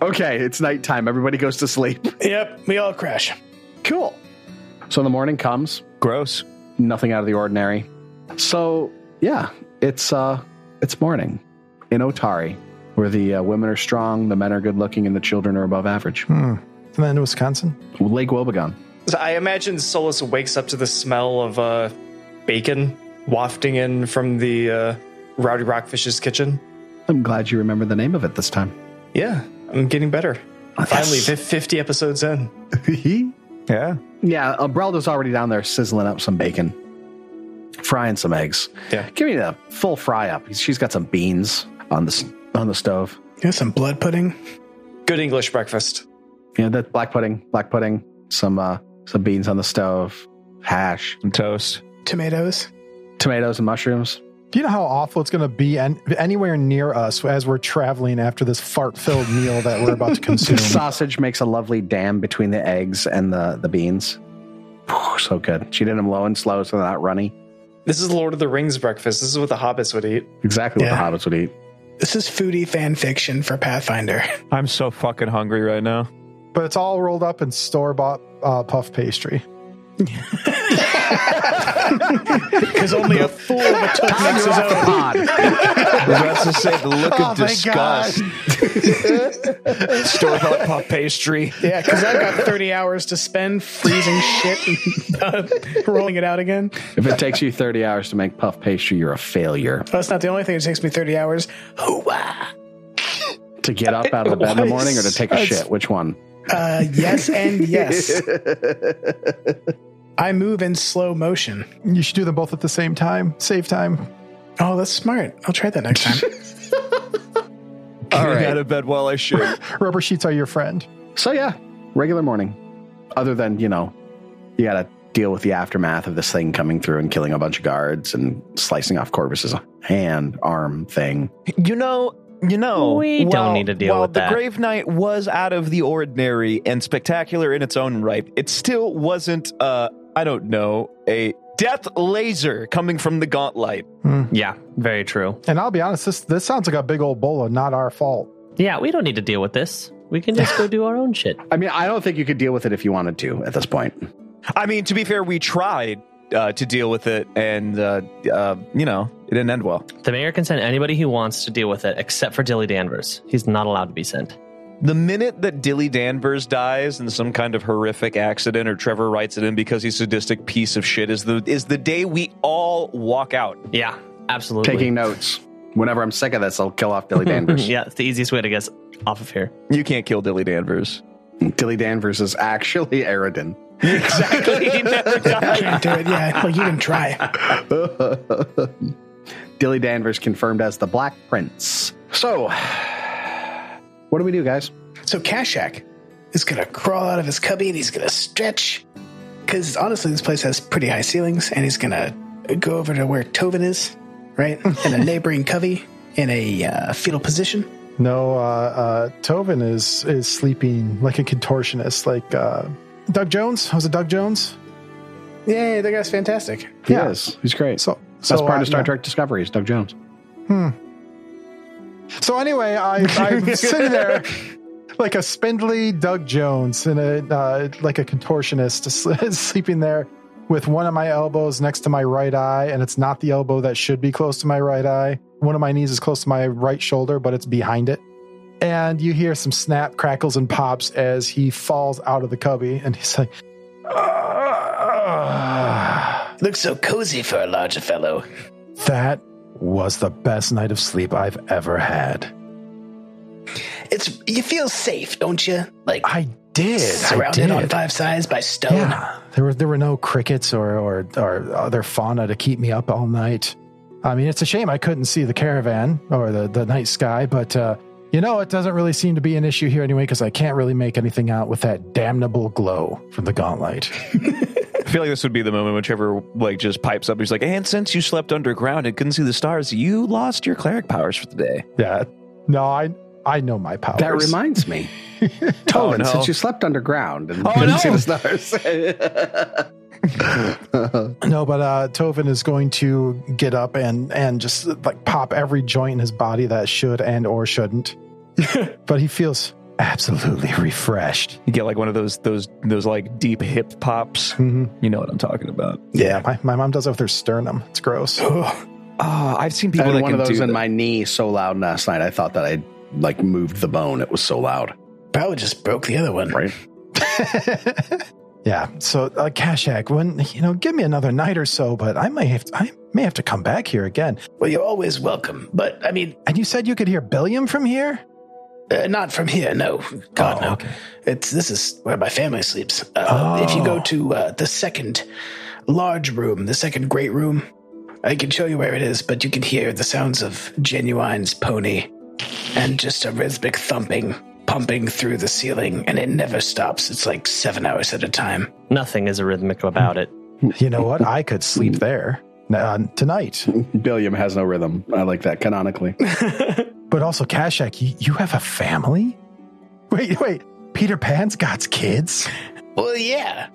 Speaker 2: okay, it's nighttime. Everybody goes to sleep.
Speaker 8: Yep, we all crash.
Speaker 2: Cool. So the morning comes.
Speaker 5: Gross.
Speaker 2: Nothing out of the ordinary. So yeah, it's uh, it's morning in Otari, where the uh, women are strong, the men are good looking, and the children are above average.
Speaker 9: Hmm. And then Wisconsin.
Speaker 2: Lake Wobegon.
Speaker 4: So I imagine Solus wakes up to the smell of uh, bacon wafting in from the uh, Rowdy Rockfish's kitchen.
Speaker 2: I'm glad you remember the name of it this time.
Speaker 4: Yeah, I'm getting better.
Speaker 6: Oh,
Speaker 4: Finally,
Speaker 2: Yes.
Speaker 4: fif- 50 episodes in.
Speaker 5: yeah.
Speaker 2: Yeah, Umbrello's already down there sizzling up some bacon, frying some eggs.
Speaker 4: Yeah.
Speaker 2: Give me the full fry up. She's got some beans on the s- on the stove.
Speaker 8: Yeah, some blood pudding.
Speaker 4: Good English breakfast.
Speaker 2: Yeah, that black pudding, black pudding, some uh some beans on the stove, hash,
Speaker 5: Some toast.
Speaker 8: Tomatoes.
Speaker 2: tomatoes and mushrooms.
Speaker 9: Do you know how awful it's going to be an anywhere near us as we're traveling after this fart-filled meal that we're about to
Speaker 2: The
Speaker 9: consume?
Speaker 2: sausage makes a lovely dam between the eggs and the the beans. Whew, so good. She did them low and slow, so they're not runny.
Speaker 4: This is Lord of the Rings breakfast. This is what the hobbits would eat.
Speaker 2: Exactly what
Speaker 8: Yeah.
Speaker 2: the hobbits would eat.
Speaker 8: This is foodie fan fiction for Pathfinder.
Speaker 5: I'm so fucking hungry right now.
Speaker 9: But it's all rolled up in store-bought uh, puff pastry.
Speaker 8: Because only a fool of a took makes his
Speaker 2: Off the
Speaker 8: own.
Speaker 2: pod.
Speaker 5: I was about to say the look
Speaker 9: Oh,
Speaker 5: of
Speaker 9: thank
Speaker 5: disgust. Store bought puff pastry.
Speaker 8: Yeah, because I've got 30 hours to spend freezing shit and uh, rolling it out again.
Speaker 2: If it takes you 30 hours to make puff pastry, you're a failure.
Speaker 8: That's not the only thing that takes me 30 hours. Hoo-wah.
Speaker 2: To get up out of the bed in the morning or to take a
Speaker 4: That's-
Speaker 2: shit? Which one?
Speaker 8: Uh, yes and yes. I move in slow motion.
Speaker 9: You should do them both at the same time. Save time.
Speaker 8: Oh, that's smart. I'll try that next time.
Speaker 5: All right. out of bed while I should.
Speaker 9: Rubber sheets are your friend.
Speaker 2: So yeah, regular morning. Other than you know, you got to deal with the aftermath of this thing coming through and killing a bunch of guards and slicing off Corvus's hand, arm thing.
Speaker 5: You know, you know,
Speaker 3: We don't
Speaker 5: while-
Speaker 3: need to deal
Speaker 5: while
Speaker 3: with
Speaker 5: the
Speaker 3: that.
Speaker 5: Grave Knight was out of the ordinary and spectacular in its own right. It still wasn't, uh, I don't know, a death laser coming from the gauntlet.
Speaker 8: Hmm.
Speaker 3: Yeah, very true.
Speaker 9: And I'll be honest, this this sounds like a big old bola, not our fault.
Speaker 3: Yeah, we don't need to deal with this. We can just go do our own shit.
Speaker 2: I mean, I don't think you could deal with it if you wanted to at this point.
Speaker 5: I mean, to be fair, we tried uh, to deal with it, and uh, uh, you know, it didn't end well.
Speaker 3: The mayor can send anybody he wants to deal with it, except for Dilly Danvers. He's not allowed to be sent.
Speaker 5: The minute that Dilly Danvers dies in some kind of horrific accident, or Trevor writes it in because he's a sadistic piece of shit, is the is the day we all walk out.
Speaker 3: Yeah, absolutely.
Speaker 2: Taking notes. Whenever I'm sick of this, I'll kill off Dilly Danvers.
Speaker 3: yeah, it's the easiest way to get us off of here.
Speaker 5: You can't kill Dilly Danvers.
Speaker 2: Dilly Danvers is actually Aridin.
Speaker 5: Exactly. He never
Speaker 8: Can't do it. Yeah. Well, you didn't try.
Speaker 2: Dilly Danvers confirmed as the Black Prince. So, what do we do, guys?
Speaker 8: So Kashak is gonna crawl out of his cubby and he's gonna stretch. Cause honestly, this place has pretty high ceilings, and he's gonna go over to where Tovin is, right? In a neighboring cubby in a uh, fetal position.
Speaker 9: No, uh, uh, Tovin is is sleeping like a contortionist, like uh, Doug Jones. Was it Doug Jones?
Speaker 8: Yeah, that guy's fantastic.
Speaker 2: Yes, he's great.
Speaker 9: So,
Speaker 2: that's part
Speaker 9: uh,
Speaker 2: of Star
Speaker 9: yeah.
Speaker 2: Trek Discovery. Is Doug Jones?
Speaker 9: Hmm. So anyway, I, I'm sitting there like a spindly Doug Jones and a uh, like a contortionist sl- sleeping there with one of my elbows next to my right eye, and it's not the elbow that should be close to my right eye. One of my knees is close to my right shoulder, but it's behind it. And you hear some snap, crackles, and pops as he falls out of the cubby, and he's like, Ah.
Speaker 11: Looks so cozy for a larger fellow.
Speaker 9: "That was the best night of sleep I've ever had."
Speaker 8: It's you feel safe, don't you? Like
Speaker 9: I did.
Speaker 8: Surrounded
Speaker 9: I
Speaker 8: on
Speaker 9: did.
Speaker 8: five sides by stone.
Speaker 9: Yeah, there were there were no crickets or, or or other fauna to keep me up all night. I mean, it's a shame I couldn't see the caravan or the the night sky, but uh, you know, it doesn't really seem to be an issue here anyway because I can't really make anything out with that damnable glow from the gauntlet.
Speaker 5: I feel like this would be the moment when Trevor like just pipes up. He's like, "And since you slept underground and couldn't see the stars, you lost your cleric powers for the day."
Speaker 9: Yeah, no, I I know my powers.
Speaker 2: That reminds me, Tolan,
Speaker 5: Oh, no.
Speaker 2: since you slept underground and
Speaker 5: Oh,
Speaker 2: didn't
Speaker 5: no.
Speaker 2: see the stars.
Speaker 9: No, but uh, Tovin is going to get up and and just like pop every joint in his body that should and or shouldn't. but he feels absolutely refreshed.
Speaker 5: You get like one of those those those like deep hip pops. You know what I'm talking about?
Speaker 9: Yeah, my, my mom does it with her sternum. It's gross.
Speaker 5: Ah, I've seen
Speaker 2: I
Speaker 5: people
Speaker 2: had
Speaker 5: that
Speaker 2: one of
Speaker 5: can
Speaker 2: those
Speaker 5: do
Speaker 2: in
Speaker 5: that.
Speaker 2: my knee so loud last night. I thought that I like moved the bone. It was so loud.
Speaker 8: Probably just broke the other one.
Speaker 2: Right.
Speaker 9: Yeah. So, uh, Kashak, when you know, give me another night or so, but I may have I may have to come back here again.
Speaker 8: Well, you're always welcome, but I mean,
Speaker 9: And you said you could hear Billiam from here.
Speaker 8: uh, not from here. No,
Speaker 9: Oh,
Speaker 8: God no. It's this is where my family sleeps. Uh, If you
Speaker 9: Oh.
Speaker 8: go to uh, the second large room, the second great room, I can show you where it is, but you can hear the sounds of Genuine's pony and just a rhythmic thumping pumping through the ceiling, and it never stops. It's like seven hours at a time.
Speaker 3: Nothing is rhythmic about it.
Speaker 9: You know what? I could sleep there uh, tonight.
Speaker 2: Billiam has no rhythm. I like that canonically.
Speaker 9: But also, Kashak, you, you have a family. Wait, wait. Peter Pan's got kids.
Speaker 8: Well, yeah.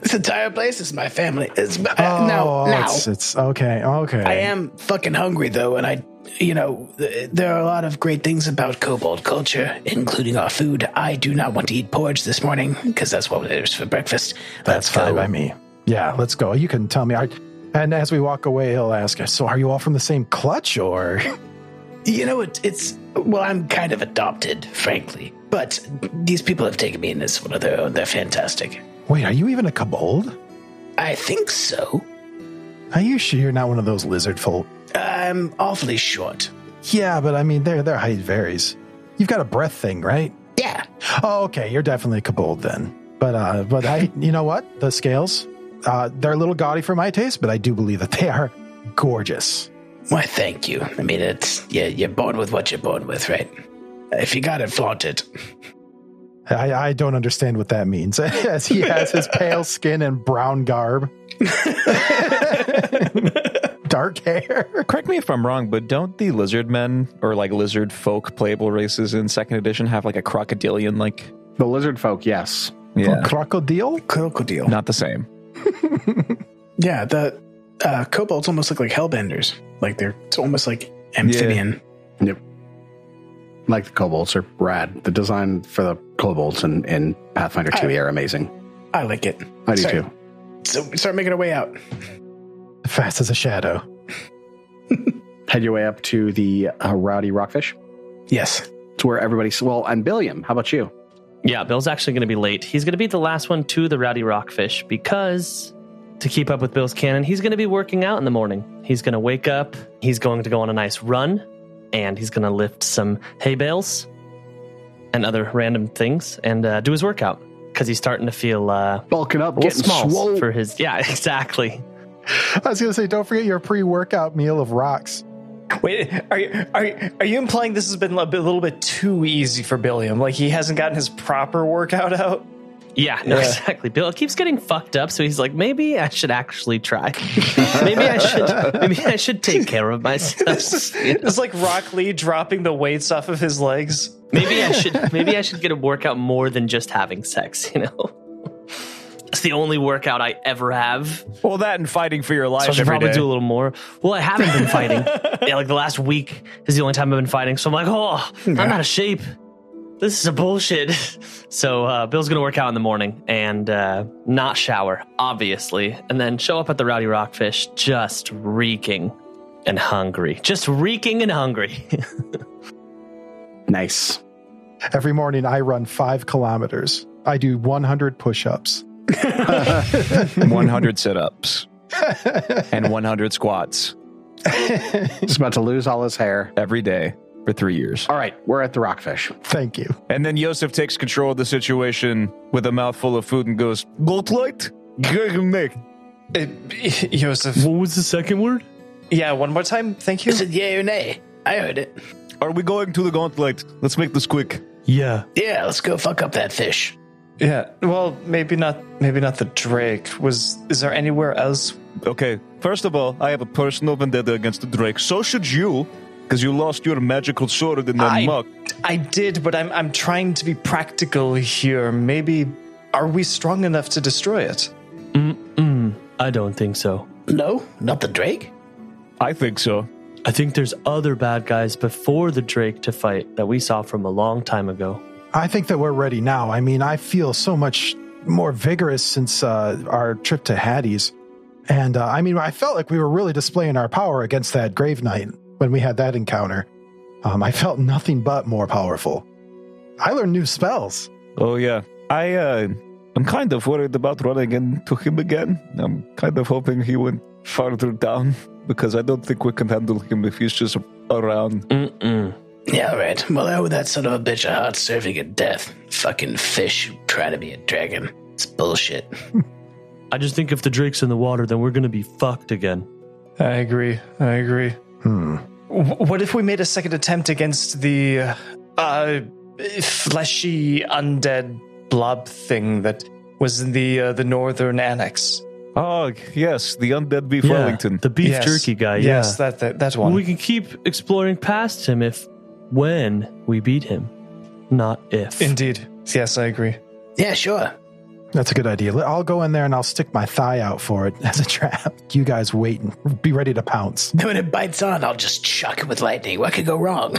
Speaker 8: this entire place is my family. It's uh,
Speaker 9: Oh,
Speaker 8: now, now.
Speaker 9: it's it's okay, okay.
Speaker 8: I am fucking hungry though, and I, you know, th- there are a lot of great things about kobold culture, including our food. I do not want to eat porridge this morning because that's what it is for breakfast. uh,
Speaker 9: That's fine by me. Yeah, let's go. You can tell me. I, and as we walk away, he'll ask us. So, are you all from the same clutch, or
Speaker 8: You know, it, it's well, I'm kind of adopted, frankly, but these people have taken me in as one of their own. They're fantastic.
Speaker 9: wait, are you even a kobold?
Speaker 8: I think so.
Speaker 9: Are you sure you're not one of those lizard folk?
Speaker 8: I'm awfully short.
Speaker 9: Yeah, but I mean, their their height varies. You've got a breath thing, right?
Speaker 8: Yeah.
Speaker 9: Oh, okay. You're definitely kobold then. But uh, but I, you know what? The scales, uh, they're a little gaudy for my taste, but I do believe that they are gorgeous.
Speaker 8: Why, thank you. I mean, it's yeah, you're born with what you're born with, right? If you got it, flaunt it.
Speaker 9: I, I don't understand what that means. As he has his pale skin and brown garb, dark hair.
Speaker 5: Correct me if I'm wrong, but don't the lizard men or like lizard folk playable races in second edition have like a crocodilian like?
Speaker 2: The lizard folk, yes.
Speaker 5: Yeah,
Speaker 9: Crocodile?
Speaker 8: Crocodile.
Speaker 5: not the same.
Speaker 8: Yeah, the uh, kobolds almost look like hellbenders. Like they're it's almost like amphibian.
Speaker 2: Yep. Like the kobolds are rad. The design for the kobolds in, in Pathfinder 2e are amazing.
Speaker 8: I like it.
Speaker 2: I do
Speaker 8: Sorry.
Speaker 2: too.
Speaker 8: So we start making our way out.
Speaker 9: Fast as a shadow.
Speaker 2: Head your way up to the uh, Rowdy Rockfish.
Speaker 8: Yes.
Speaker 2: To where everybody's. Well, and Billiam, how about you?
Speaker 3: Yeah, Bill's actually going to be late. He's going to be the last one to the Rowdy Rockfish because to keep up with Bill's cannon, he's going to be working out in the morning. He's going to wake up, he's going to go on a nice run, and he's going to lift some hay bales and other random things and uh, do his workout because he's starting to feel uh,
Speaker 2: bulking up,
Speaker 9: getting swole.
Speaker 3: for his. Yeah, exactly.
Speaker 9: I was gonna say, don't forget your pre-workout meal of rocks.
Speaker 4: Wait, are you are you, are you implying this has been a, bit- a little bit too easy for Billiam? Like he hasn't gotten his proper workout out?
Speaker 3: Yeah, no,
Speaker 4: Yeah.
Speaker 3: exactly. Bill keeps getting fucked up, so he's like, maybe I should actually try. maybe I should. Maybe I should take care of myself.
Speaker 4: It's like Rock Lee dropping the weights off of his legs.
Speaker 3: Maybe I should. Maybe I should get a workout more than just having sex. You know, it's the only workout I ever have.
Speaker 5: Well, that and fighting for your life.
Speaker 3: So I should
Speaker 5: every
Speaker 3: probably
Speaker 5: day.
Speaker 3: do a little more. Well, I haven't been fighting. yeah, like the last week is the only time I've been fighting. So I'm like, oh, I'm out of shape. This is a bullshit. So uh, Bill's gonna work out in the morning and uh, not shower, obviously, and then show up at the Rowdy Rockfish just reeking and hungry, just reeking and hungry.
Speaker 2: nice.
Speaker 9: Every morning, I run five kilometers. I do 100 push-ups.
Speaker 5: 100 sit ups and 100 squats.
Speaker 2: He's about to lose all his hair
Speaker 5: every day for three years.
Speaker 2: All right, we're at the Rockfish.
Speaker 9: Thank you.
Speaker 5: And then Yosef takes control of the situation with a mouthful of food and goes, Goldlight? Nick.
Speaker 4: Yosef.
Speaker 3: What was the second word?
Speaker 4: Uh, Yeah, one more time. Thank you.
Speaker 11: Is it yay or nay? I heard it.
Speaker 5: Are we going to the gauntlet? Let's make this quick.
Speaker 3: Yeah.
Speaker 11: Yeah, let's go fuck up that fish.
Speaker 4: Yeah. Well, maybe not. Maybe not the Drake. Was is there anywhere else?
Speaker 5: Okay. First of all, I have a personal vendetta against the Drake. So should you, because you lost your magical sword in that
Speaker 4: I-
Speaker 5: muck.
Speaker 4: I did, but I'm I'm trying to be practical here. Maybe are we strong enough to destroy it?
Speaker 3: Mm, I don't think so.
Speaker 11: No, not the Drake.
Speaker 5: I think so.
Speaker 3: I think there's other bad guys before the Drake to fight that we saw from a long time ago.
Speaker 9: I think that we're ready now. I mean, I feel so much more vigorous since uh, our trip to Hattie's. And uh, I mean, I felt like we were really displaying our power against that Grave Knight when we had that encounter. Um, I felt nothing but more powerful. I learned new spells.
Speaker 5: Oh yeah, I uh, I'm kind of worried about running into him again. I'm kind of hoping he went farther down because I don't think we can handle him if he's just around.
Speaker 3: Mm-mm.
Speaker 11: Yeah, all right. Well, I owe that son of a bitch a hot serving of death. Fucking fish trying to be a dragon. It's bullshit.
Speaker 3: I just think if the Drake's in the water, then we're going to be fucked again.
Speaker 4: I agree. I agree.
Speaker 9: Hmm.
Speaker 4: W- What if we made a second attempt against the uh, fleshy undead blob thing that was in the uh, the northern annex?
Speaker 5: Oh yes, the undead beef
Speaker 3: Yeah,
Speaker 5: Wellington,
Speaker 3: the beef jerky guy,
Speaker 4: Yes,
Speaker 3: yeah.
Speaker 4: that that, that one.
Speaker 3: We can keep exploring past him if, when we beat him, not if.
Speaker 4: Indeed. Yes, I agree.
Speaker 11: Yeah, sure.
Speaker 9: That's a good idea. Let- I'll go in there and I'll stick my thigh out for it as a trap. You guys wait and be ready to pounce.
Speaker 11: Then when it bites on, I'll just shock it with lightning. What could go wrong?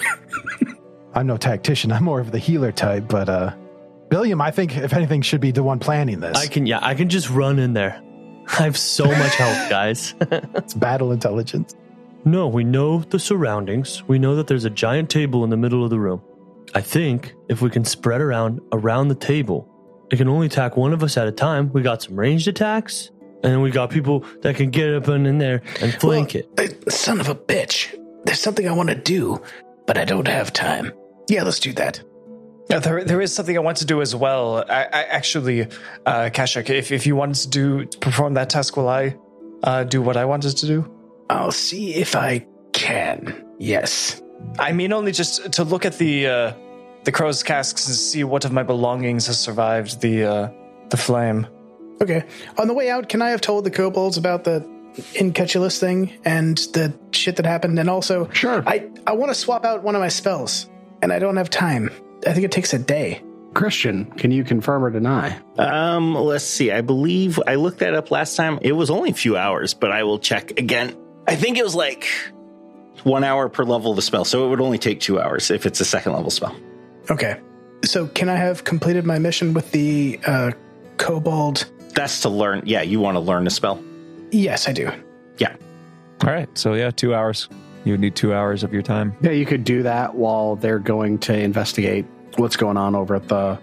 Speaker 9: I'm no tactician. I'm more of the healer type, but uh, Billiam, I think if anything, should be the one planning this.
Speaker 3: I can, yeah, I can just run in there. I have so much health, guys.
Speaker 9: it's battle intelligence.
Speaker 3: No, we know the surroundings. We know that there's a giant table in the middle of the room. I think if we can spread around around the table, it can only attack one of us at a time. We got some ranged attacks, and then we got people that can get up and in there and flank it.
Speaker 11: Uh, Son of a bitch. There's something I want to do, but I don't have time. Yeah, let's do that.
Speaker 4: Yeah, there, there is something I want to do as well. I, I actually, uh, Kashak, if, if you wanted to do perform that task, will I uh, do what I wanted to do?
Speaker 11: I'll see if I can. Yes.
Speaker 4: I mean, only just to look at the uh, the crow's casks and see what of my belongings has survived the uh, the flame.
Speaker 8: Okay. On the way out, can I have told the kobolds about the incutulus thing and the shit that happened? And also, sure. I I want to swap out one of my spells, and I don't have time. I think it takes a day.
Speaker 2: Christian, can you confirm or deny?
Speaker 15: Um, let's see. I believe I looked that up last time. It was only a few hours, but I will check again. I think it was like one hour per level of the spell, so it would only take two hours if it's a second level spell.
Speaker 8: Okay. So can I have completed my mission with the uh, kobold?
Speaker 15: That's to learn. Yeah, you want to learn a spell.
Speaker 8: Yes, I do.
Speaker 15: Yeah.
Speaker 5: All right. So yeah, two hours. You would need two hours of your time.
Speaker 2: Yeah, you could do that while they're going to investigate what's going on over at the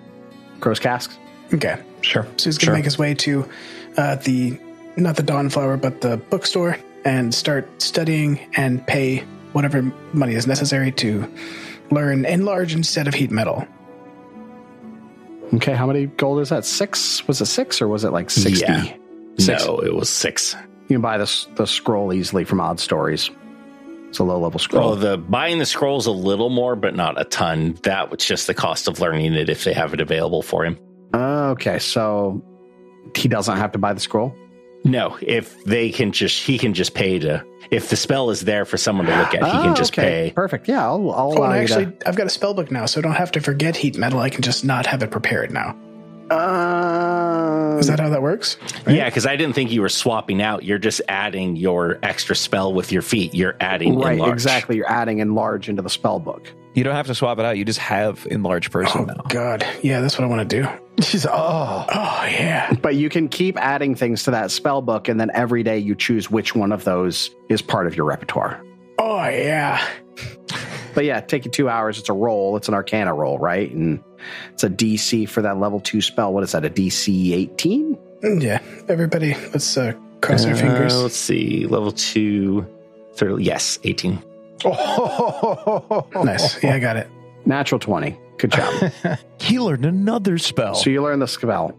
Speaker 2: Gross Casks.
Speaker 8: Okay. Sure. So he's going to
Speaker 2: Sure.
Speaker 8: make his way to uh, the, not the Dawnflower, but the bookstore and start studying and pay whatever money is necessary to learn enlarge instead of heat metal.
Speaker 2: Okay, how many gold is that? Six? Was it six or was it like 60?
Speaker 8: Yeah.
Speaker 15: No, it was six.
Speaker 2: You can buy this the scroll easily from Odd Stories. It's a low level scroll.
Speaker 15: Oh, the buying the scrolls a little more, but not a ton. That was just the cost of learning it if they have it available for him.
Speaker 2: Oh, okay, so he doesn't have to buy the scroll?
Speaker 15: No, if they can just he can just pay to if the spell is there for someone to look at, he
Speaker 2: Ah,
Speaker 15: can just
Speaker 2: okay,
Speaker 15: pay.
Speaker 2: Perfect. Yeah, I'll, I'll
Speaker 8: Oh, and
Speaker 2: allow you
Speaker 8: actually,
Speaker 2: to.
Speaker 8: I've got a spell book now, so I don't have to forget heat metal. I can just not have it prepared now.
Speaker 2: Uh,
Speaker 8: Is that how that works?
Speaker 15: Yeah, because I didn't think you were swapping out. You're just adding your extra spell with your feet. You're adding
Speaker 2: Right,
Speaker 15: enlarge.
Speaker 2: exactly. You're adding enlarge into the spell book.
Speaker 5: You don't have to swap it out. You just have enlarged person
Speaker 2: Oh.
Speaker 5: now.
Speaker 8: God, yeah, that's what I want to do. She's oh, oh yeah.
Speaker 2: But you can keep adding things to that spell book, and then every day you choose which one of those is part of your repertoire.
Speaker 8: Oh yeah.
Speaker 2: But yeah, take you two hours. It's a roll. It's an Arcana roll, right? And it's a DC for that level two spell. What is that? A DC eighteen?
Speaker 8: Mm, Yeah. Everybody, let's uh, cross our fingers.
Speaker 15: Uh, let's see, level two, thirty. Yes, eighteen.
Speaker 8: nice. Yeah, I got it.
Speaker 2: Natural twenty. Good job.
Speaker 5: He learned another spell.
Speaker 2: so you learn the spell.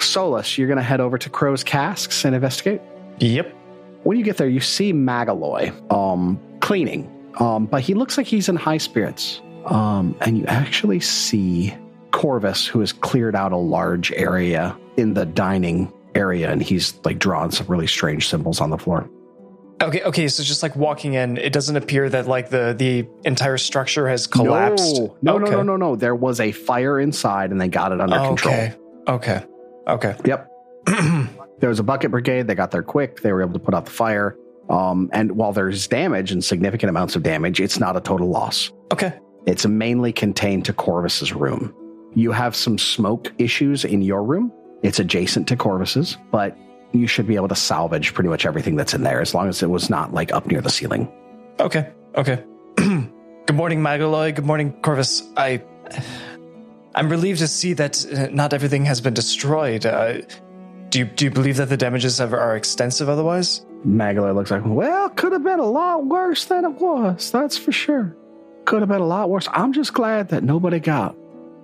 Speaker 2: Solus, you're going to head over to Crow's Casks and investigate.
Speaker 4: Yep.
Speaker 2: When you get there, you see Magaloy um, cleaning, um, but he looks like he's in high spirits. Um, and you actually see Corvus, who has cleared out a large area in the dining area, and he's like drawing some really strange symbols on the floor.
Speaker 4: Okay, okay, so just like walking in, it doesn't appear that like the the entire structure has collapsed.
Speaker 2: No, no,
Speaker 4: okay.
Speaker 2: no, no,
Speaker 4: Oh,
Speaker 2: no, no. There was a fire inside, and they got it under control.
Speaker 4: Okay. Okay. Okay.
Speaker 2: Yep. there was a bucket brigade. They got there quick. They were able to put out the fire. Um, and while there's damage and significant amounts of damage, it's not a total loss.
Speaker 4: Okay.
Speaker 2: It's mainly contained to Corvus's room. You have some smoke issues in your room. It's adjacent to Corvus's, but you should be able to salvage pretty much everything that's in there as long as it was not like up near the ceiling.
Speaker 4: Okay. Okay. Good morning, Magaloy. Good morning, Corvus. I I'm relieved to see that uh, not everything has been destroyed. Uh, do you do you believe that the damages have, are extensive otherwise?
Speaker 2: Magaloy looks like, well, could have been a lot worse than it was. That's for sure. Could have been a lot worse. I'm just glad that nobody got,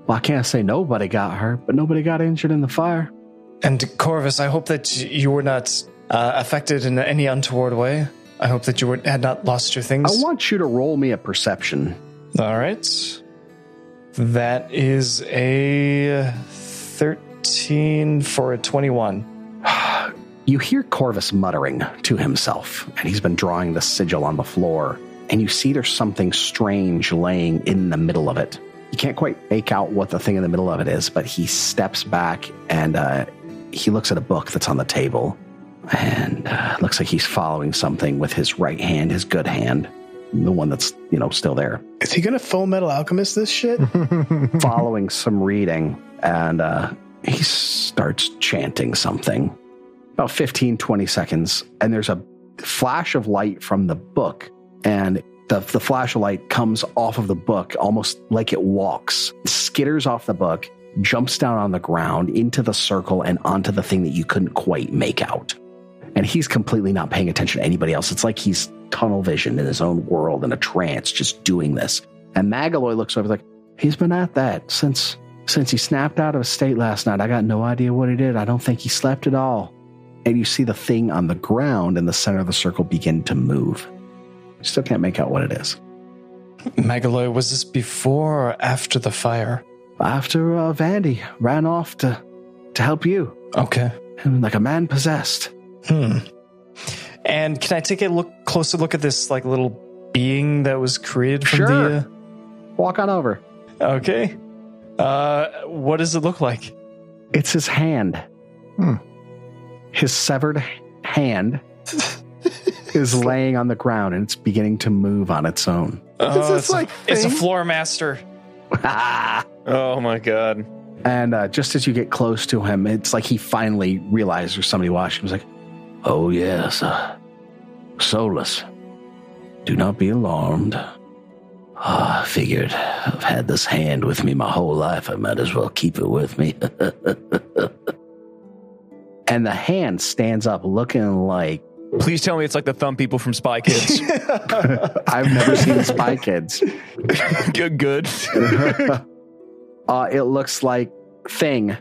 Speaker 2: well, I can't say nobody got hurt, but nobody got injured in the fire.
Speaker 4: And Corvus, I hope that you were not uh, affected in any untoward way. I hope that you were, had not lost your
Speaker 2: I
Speaker 4: things.
Speaker 2: want you to roll me a perception.
Speaker 4: All right. That is a 13 for a 21.
Speaker 2: You hear Corvus muttering to himself, and he's been drawing the sigil on the floor, and you see there's something strange laying in the middle of it. You can't quite make out what the thing in the middle of it is, but he steps back and uh, he looks at a book that's on the table, and uh, looks like he's following something with his right hand, his good hand, the one that's you know still there,
Speaker 8: Is he gonna Full Metal Alchemist this shit?
Speaker 2: following some reading, and uh, he starts chanting something. about 15 20 seconds and there's a flash of light from the book and the, the flash of light comes off of the book almost like it walks skitters off the book jumps down on the ground into the circle and onto the thing that you couldn't quite make out and he's completely not paying attention to anybody else it's like he's tunnel vision in his own world in a trance just doing this and magaloy looks over like he's been at that since since he snapped out of a state last night i got no idea what he did i don't think he slept at all and you see the thing on the ground in the center of the circle begin to move. Still can't make out what it is.
Speaker 4: Magaloy, was this before or after the fire?
Speaker 2: After uh, Vandy ran off to to help you,
Speaker 4: Okay.
Speaker 2: and like a man possessed.
Speaker 4: Hmm. And can I take a look closer look at this like little being that was created from
Speaker 2: Sure.
Speaker 4: the uh,
Speaker 2: Walk on over.
Speaker 4: Okay. Uh, what does it look like?
Speaker 2: It's his hand.
Speaker 4: Hmm.
Speaker 2: His severed hand is laying on the ground and it's beginning to move on its own.
Speaker 4: Oh, it's, like a, it's a floor master.
Speaker 5: oh my god.
Speaker 2: And uh, just as you get close to him, it's like he finally realized there's somebody watching. He's like, Oh, yes. Uh, soulless.
Speaker 13: Do not be alarmed. Ah, I figured I've had this hand with me my whole life. I might as well keep it with me.
Speaker 2: And the hand stands up looking like.
Speaker 5: Please tell me it's like the thumb people from Spy Kids.
Speaker 2: I've never seen Spy Kids.
Speaker 5: Good. good.
Speaker 2: uh, it looks like Thing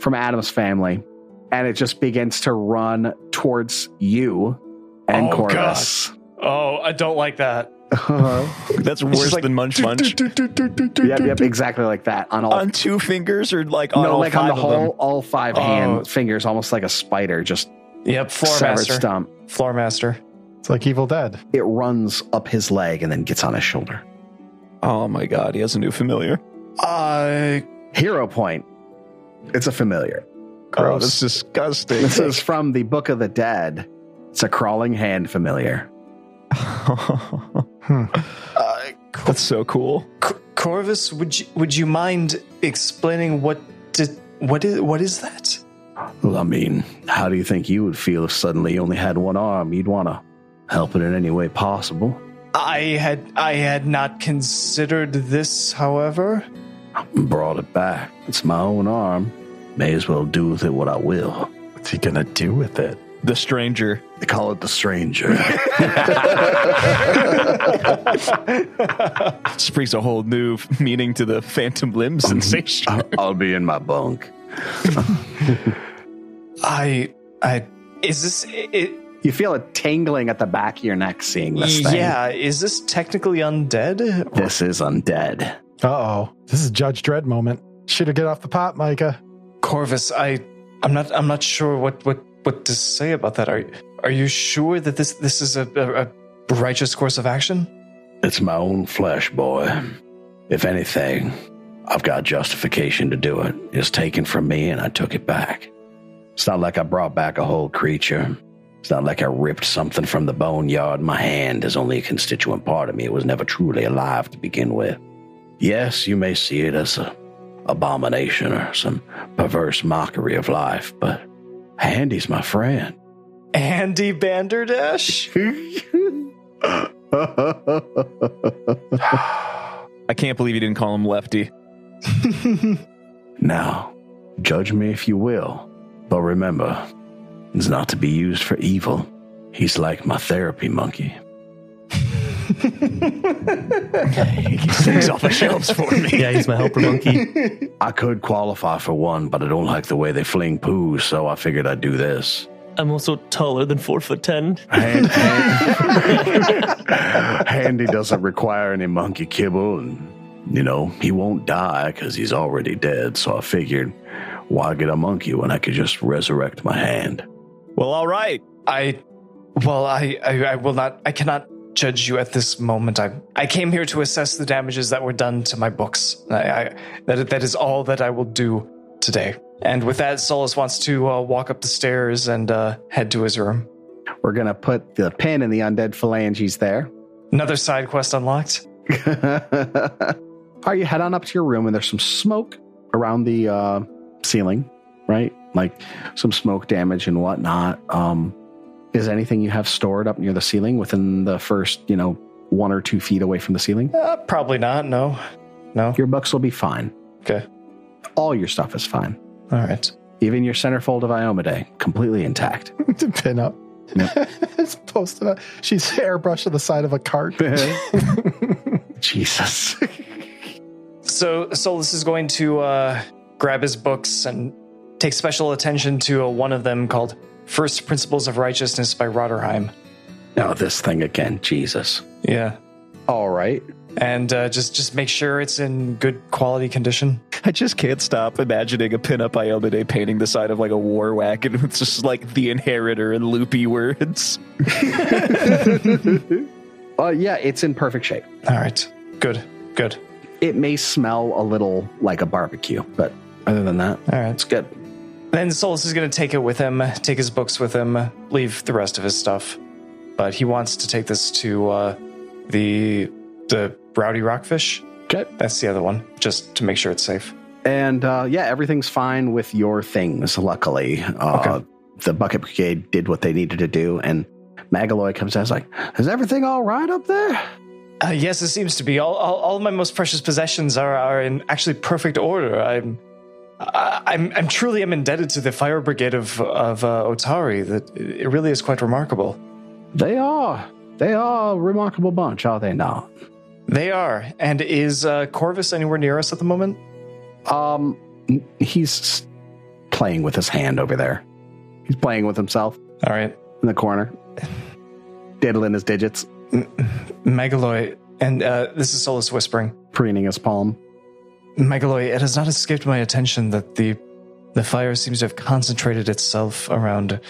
Speaker 2: from Adam's family. And it just begins to run towards you and
Speaker 4: Oh,
Speaker 2: Corvus.
Speaker 4: Oh, I don't like that.
Speaker 5: That's
Speaker 2: It's
Speaker 5: worse
Speaker 2: just like-
Speaker 5: than Munch Munch.
Speaker 2: Yep, yep, exactly like that. On all
Speaker 5: on two fingers or like on
Speaker 2: no,
Speaker 5: all
Speaker 2: like
Speaker 5: five
Speaker 2: on the
Speaker 5: of
Speaker 2: whole,
Speaker 5: them? Oh.
Speaker 2: all five hand fingers, almost like a spider, just
Speaker 4: Yep, floor
Speaker 2: severed
Speaker 4: master.
Speaker 2: stump.
Speaker 4: Floor master.
Speaker 9: It's like Evil Dead.
Speaker 2: It runs up his leg and then gets on his shoulder.
Speaker 5: Oh my god, he has a new familiar.
Speaker 2: Uh, Hero point. It's a familiar.
Speaker 5: Oh, that's disgusting.
Speaker 2: This is from the Book of the Dead. It's a crawling hand familiar.
Speaker 5: That's so cool.
Speaker 4: C- Corvus, would you, would you mind explaining what did, what is what is that?
Speaker 13: well, I mean, how do you think you would feel if suddenly you only had one arm? You'd want to help it in any way possible.
Speaker 4: I had I had not considered this, however.
Speaker 13: Brought it back. It's my own arm. May as well do with it what I will. What's he gonna do with it?
Speaker 5: The stranger.
Speaker 13: They call it the stranger.
Speaker 5: This brings a whole new f- meaning to the phantom limb sensation.
Speaker 13: I'll be in my bunk.
Speaker 4: I I is this it,
Speaker 2: You feel a tingling at the back of your neck seeing this thing.
Speaker 4: yeah, is this technically undead?
Speaker 2: This is undead.
Speaker 9: Uh oh. This is Judge Dredd moment. Should have get off the pot, Micah.
Speaker 4: Corvus, I I'm not I'm not sure what what what to say about that. Are are you sure that this this is a, a, a righteous course of action?
Speaker 13: It's my own flesh, boy. If anything, I've got justification to do it. It's taken from me and I took it back. It's not like I brought back a whole creature. It's not like I ripped something from the boneyard. My hand is only a constituent part of me. It was never truly alive to begin with. Yes, you may see it as a abomination or some perverse mockery of life, but Handy's my friend.
Speaker 4: Andy Banderdash?
Speaker 5: I can't believe you didn't call him Lefty.
Speaker 13: Now, judge me if you will, but remember, it's not to be used for evil. He's like my therapy monkey. he
Speaker 5: sings off the shelves for me.
Speaker 3: Yeah, he's my helper monkey.
Speaker 13: I could qualify for one, but I don't like the way they fling poo, so I figured I'd do this.
Speaker 3: I'm also taller than four foot ten.
Speaker 13: Handy doesn't require any monkey kibble, and you know he won't die because he's already dead. So I figured, why get a monkey when I could just resurrect my hand?
Speaker 5: Well, all right.
Speaker 4: I well I, I I will not I cannot judge you at this moment. I I came here to assess the damages that were done to my books. I, I that that is all that I will do today. And with that, Solus wants to uh, walk up the stairs and uh, head to his room.
Speaker 2: We're going to put the pin in the undead phalanges there.
Speaker 4: Another side quest unlocked.
Speaker 2: All right, you head on up to your room, and there's some smoke around the uh, ceiling, right? Like some smoke damage and whatnot. Um, is anything you have stored up near the ceiling within the first, you know, one or two feet away from the ceiling?
Speaker 4: Uh, probably not. No. No.
Speaker 2: Your books will be fine.
Speaker 4: Okay.
Speaker 2: All your stuff is fine.
Speaker 4: All right.
Speaker 2: Even your centerfold of Iomidae, completely intact.
Speaker 9: to pin up. it's posted up. She's airbrushed to the side of a cart.
Speaker 2: Jesus.
Speaker 4: So Solus is going to uh, grab his books and take special attention to uh, one of them called First Principles of Righteousness by Roderheim.
Speaker 13: Now this thing again, Jesus.
Speaker 4: Yeah.
Speaker 2: All right.
Speaker 4: And uh, just just make sure it's in good quality condition.
Speaker 5: I just can't stop imagining a pinup Iomide painting the side of like a war wagon with just like the inheritor and loopy words.
Speaker 2: Uh, yeah, it's in perfect shape.
Speaker 4: All right. Good. Good.
Speaker 2: It may smell a little like a barbecue, but other than that,
Speaker 4: all right,
Speaker 2: it's good.
Speaker 4: Then Solus is going to take it with him, take his books with him, leave the rest of his stuff. But he wants to take this to uh, the the rowdy rockfish.
Speaker 2: Okay,
Speaker 4: that's the other one, just to make sure it's safe.
Speaker 2: And uh, yeah, everything's fine with your things. Luckily, uh, the bucket brigade did what they needed to do, and Magaloy comes out. Is like, is everything all right up there?
Speaker 4: Uh, yes, it seems to be. All, all, all my most precious possessions are, are in actually perfect order. I'm, I- I'm, I'm truly am indebted to the fire brigade of of uh, Otari. That it really is quite remarkable.
Speaker 2: They are. They are a remarkable bunch, are they not?
Speaker 4: They are. And is uh, Corvus anywhere near us at the moment?
Speaker 2: Um, he's s- playing with his hand over there. He's playing with himself.
Speaker 4: All right,
Speaker 2: in the corner, diddling his digits,
Speaker 4: Megaloy, and uh, this is Solus whispering,
Speaker 2: preening his palm.
Speaker 4: Megaloy, it has not escaped my attention that the the fire seems to have concentrated itself around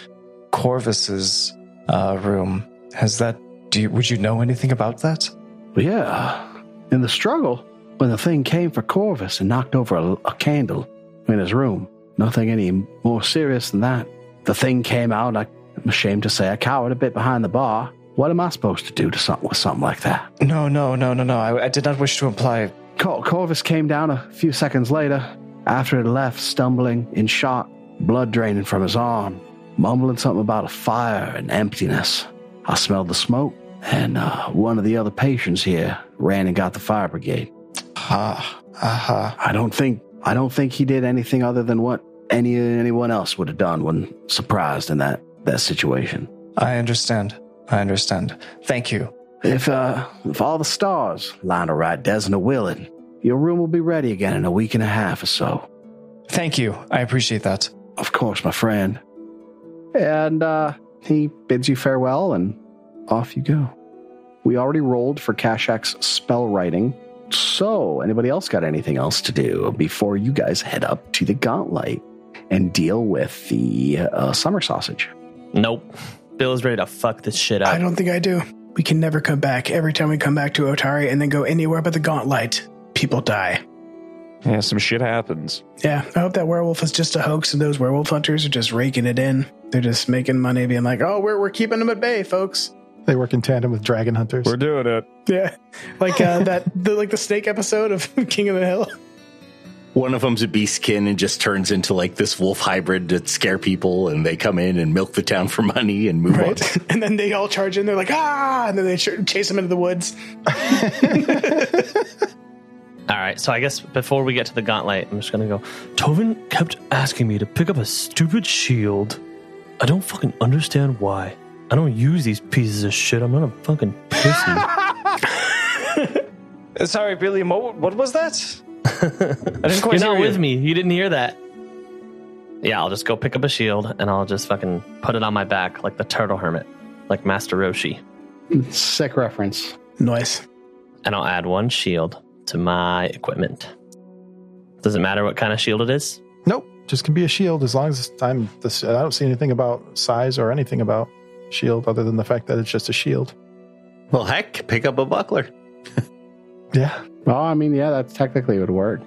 Speaker 4: Corvus's uh, room. Has that? Do you, would you know anything about that?
Speaker 2: Yeah. In the struggle, when the thing came for Corvus and knocked over a, a candle in his room, nothing any more serious than that. The thing came out. I, I'm ashamed to say I cowered a bit behind the bar. What am I supposed to do to something with something like that?
Speaker 4: No, no, no, no, no. I, I did not wish to imply.
Speaker 2: Cor- Corvus came down a few seconds later after it left, stumbling in shock, blood draining from his arm, mumbling something about a fire and emptiness. I smelled the smoke, and uh, one of the other patients here ran and got the fire brigade.
Speaker 4: Ha, aha.
Speaker 2: I don't think I don't think he did anything other than what any anyone else would have done when surprised in that that situation.
Speaker 4: I understand. I understand. Thank you.
Speaker 2: If uh, if all the stars line up right, Desna willing, your room will be ready again in a week and a half or so.
Speaker 4: Thank you. I appreciate that.
Speaker 2: Of course, my friend. And uh, he bids you farewell, and off you go. We already rolled for Kashak's spell writing. So, anybody else got anything else to do before you guys head up to the Gauntlet and deal with the uh, summer sausage?
Speaker 3: Nope. Bill is ready to fuck this shit
Speaker 8: I
Speaker 3: up.
Speaker 8: don't think I do. We can never come back. Every time we come back to Otari and then go anywhere but the Gauntlet, people die.
Speaker 5: Yeah, some shit happens.
Speaker 8: Yeah, I hope that werewolf is just a hoax and those werewolf hunters are just raking it in. They're just making money, being like, oh, we're, we're keeping them at bay, folks.
Speaker 9: They work in tandem with dragon hunters. We're
Speaker 5: doing it.
Speaker 8: Yeah. Like uh, that, the, like the snake episode of King of the Hill.
Speaker 15: One of them's a beast kin and just turns into like this wolf hybrid that scare people, and they come in and milk the town for money and move on.
Speaker 8: And then they all charge in. They're like, ah, and then they ch- chase them into the woods.
Speaker 3: All right, so I guess before we get to the gauntlet, I'm just gonna go. Tovin kept asking me to pick up a stupid shield. I don't fucking understand why. I don't use these pieces of shit. I'm not a fucking pussy.
Speaker 4: Uh, Sorry, Billy. What, what was that? I didn't
Speaker 3: You're
Speaker 4: quite
Speaker 3: not
Speaker 4: hear you.
Speaker 3: with me. You didn't hear that. Yeah, I'll just go pick up a shield and I'll just fucking put it on my back like the turtle hermit, like Master Roshi.
Speaker 2: Sick reference.
Speaker 8: Nice.
Speaker 3: And I'll add one shield to my equipment. Does it matter what kind of shield it is?
Speaker 9: Nope, just can be a shield as long as I'm. This, I don't see anything about size or anything about shield other than the fact that it's just a shield.
Speaker 15: Well, heck, pick up a buckler.
Speaker 9: Yeah.
Speaker 2: Well, I mean, yeah, that technically would work.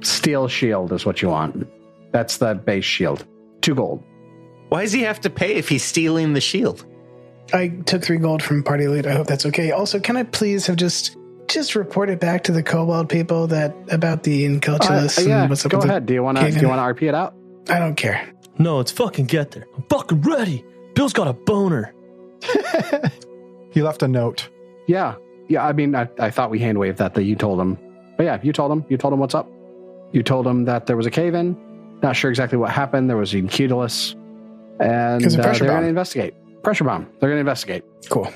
Speaker 2: Steel shield is what you want. That's the base shield. Two gold.
Speaker 15: Why does he have to pay if he's stealing the shield?
Speaker 8: I took three gold from party lead. I hope that's okay. Also, can I please have just just reported back to the kobold people that about the incultulus?
Speaker 2: Uh,
Speaker 8: and
Speaker 2: yeah,
Speaker 8: what's up
Speaker 2: go
Speaker 8: with the
Speaker 2: ahead. Do you want to?
Speaker 8: cave
Speaker 2: Do
Speaker 8: in
Speaker 2: you
Speaker 8: it?
Speaker 2: want to RP it out?
Speaker 8: I don't care.
Speaker 3: No, it's fucking get there. I'm fucking ready. Bill's got a boner.
Speaker 9: He left a note.
Speaker 2: Yeah, yeah. I mean, I, I thought we hand waved that. That you told him, but yeah, you told him. You told him what's up. You told him that there was a cave in. Not sure exactly what happened. There was a incudulus, and
Speaker 8: There's a
Speaker 2: uh,
Speaker 8: pressure
Speaker 2: they're
Speaker 8: bomb.
Speaker 2: going to investigate. Pressure bomb. They're going to investigate.
Speaker 8: Cool.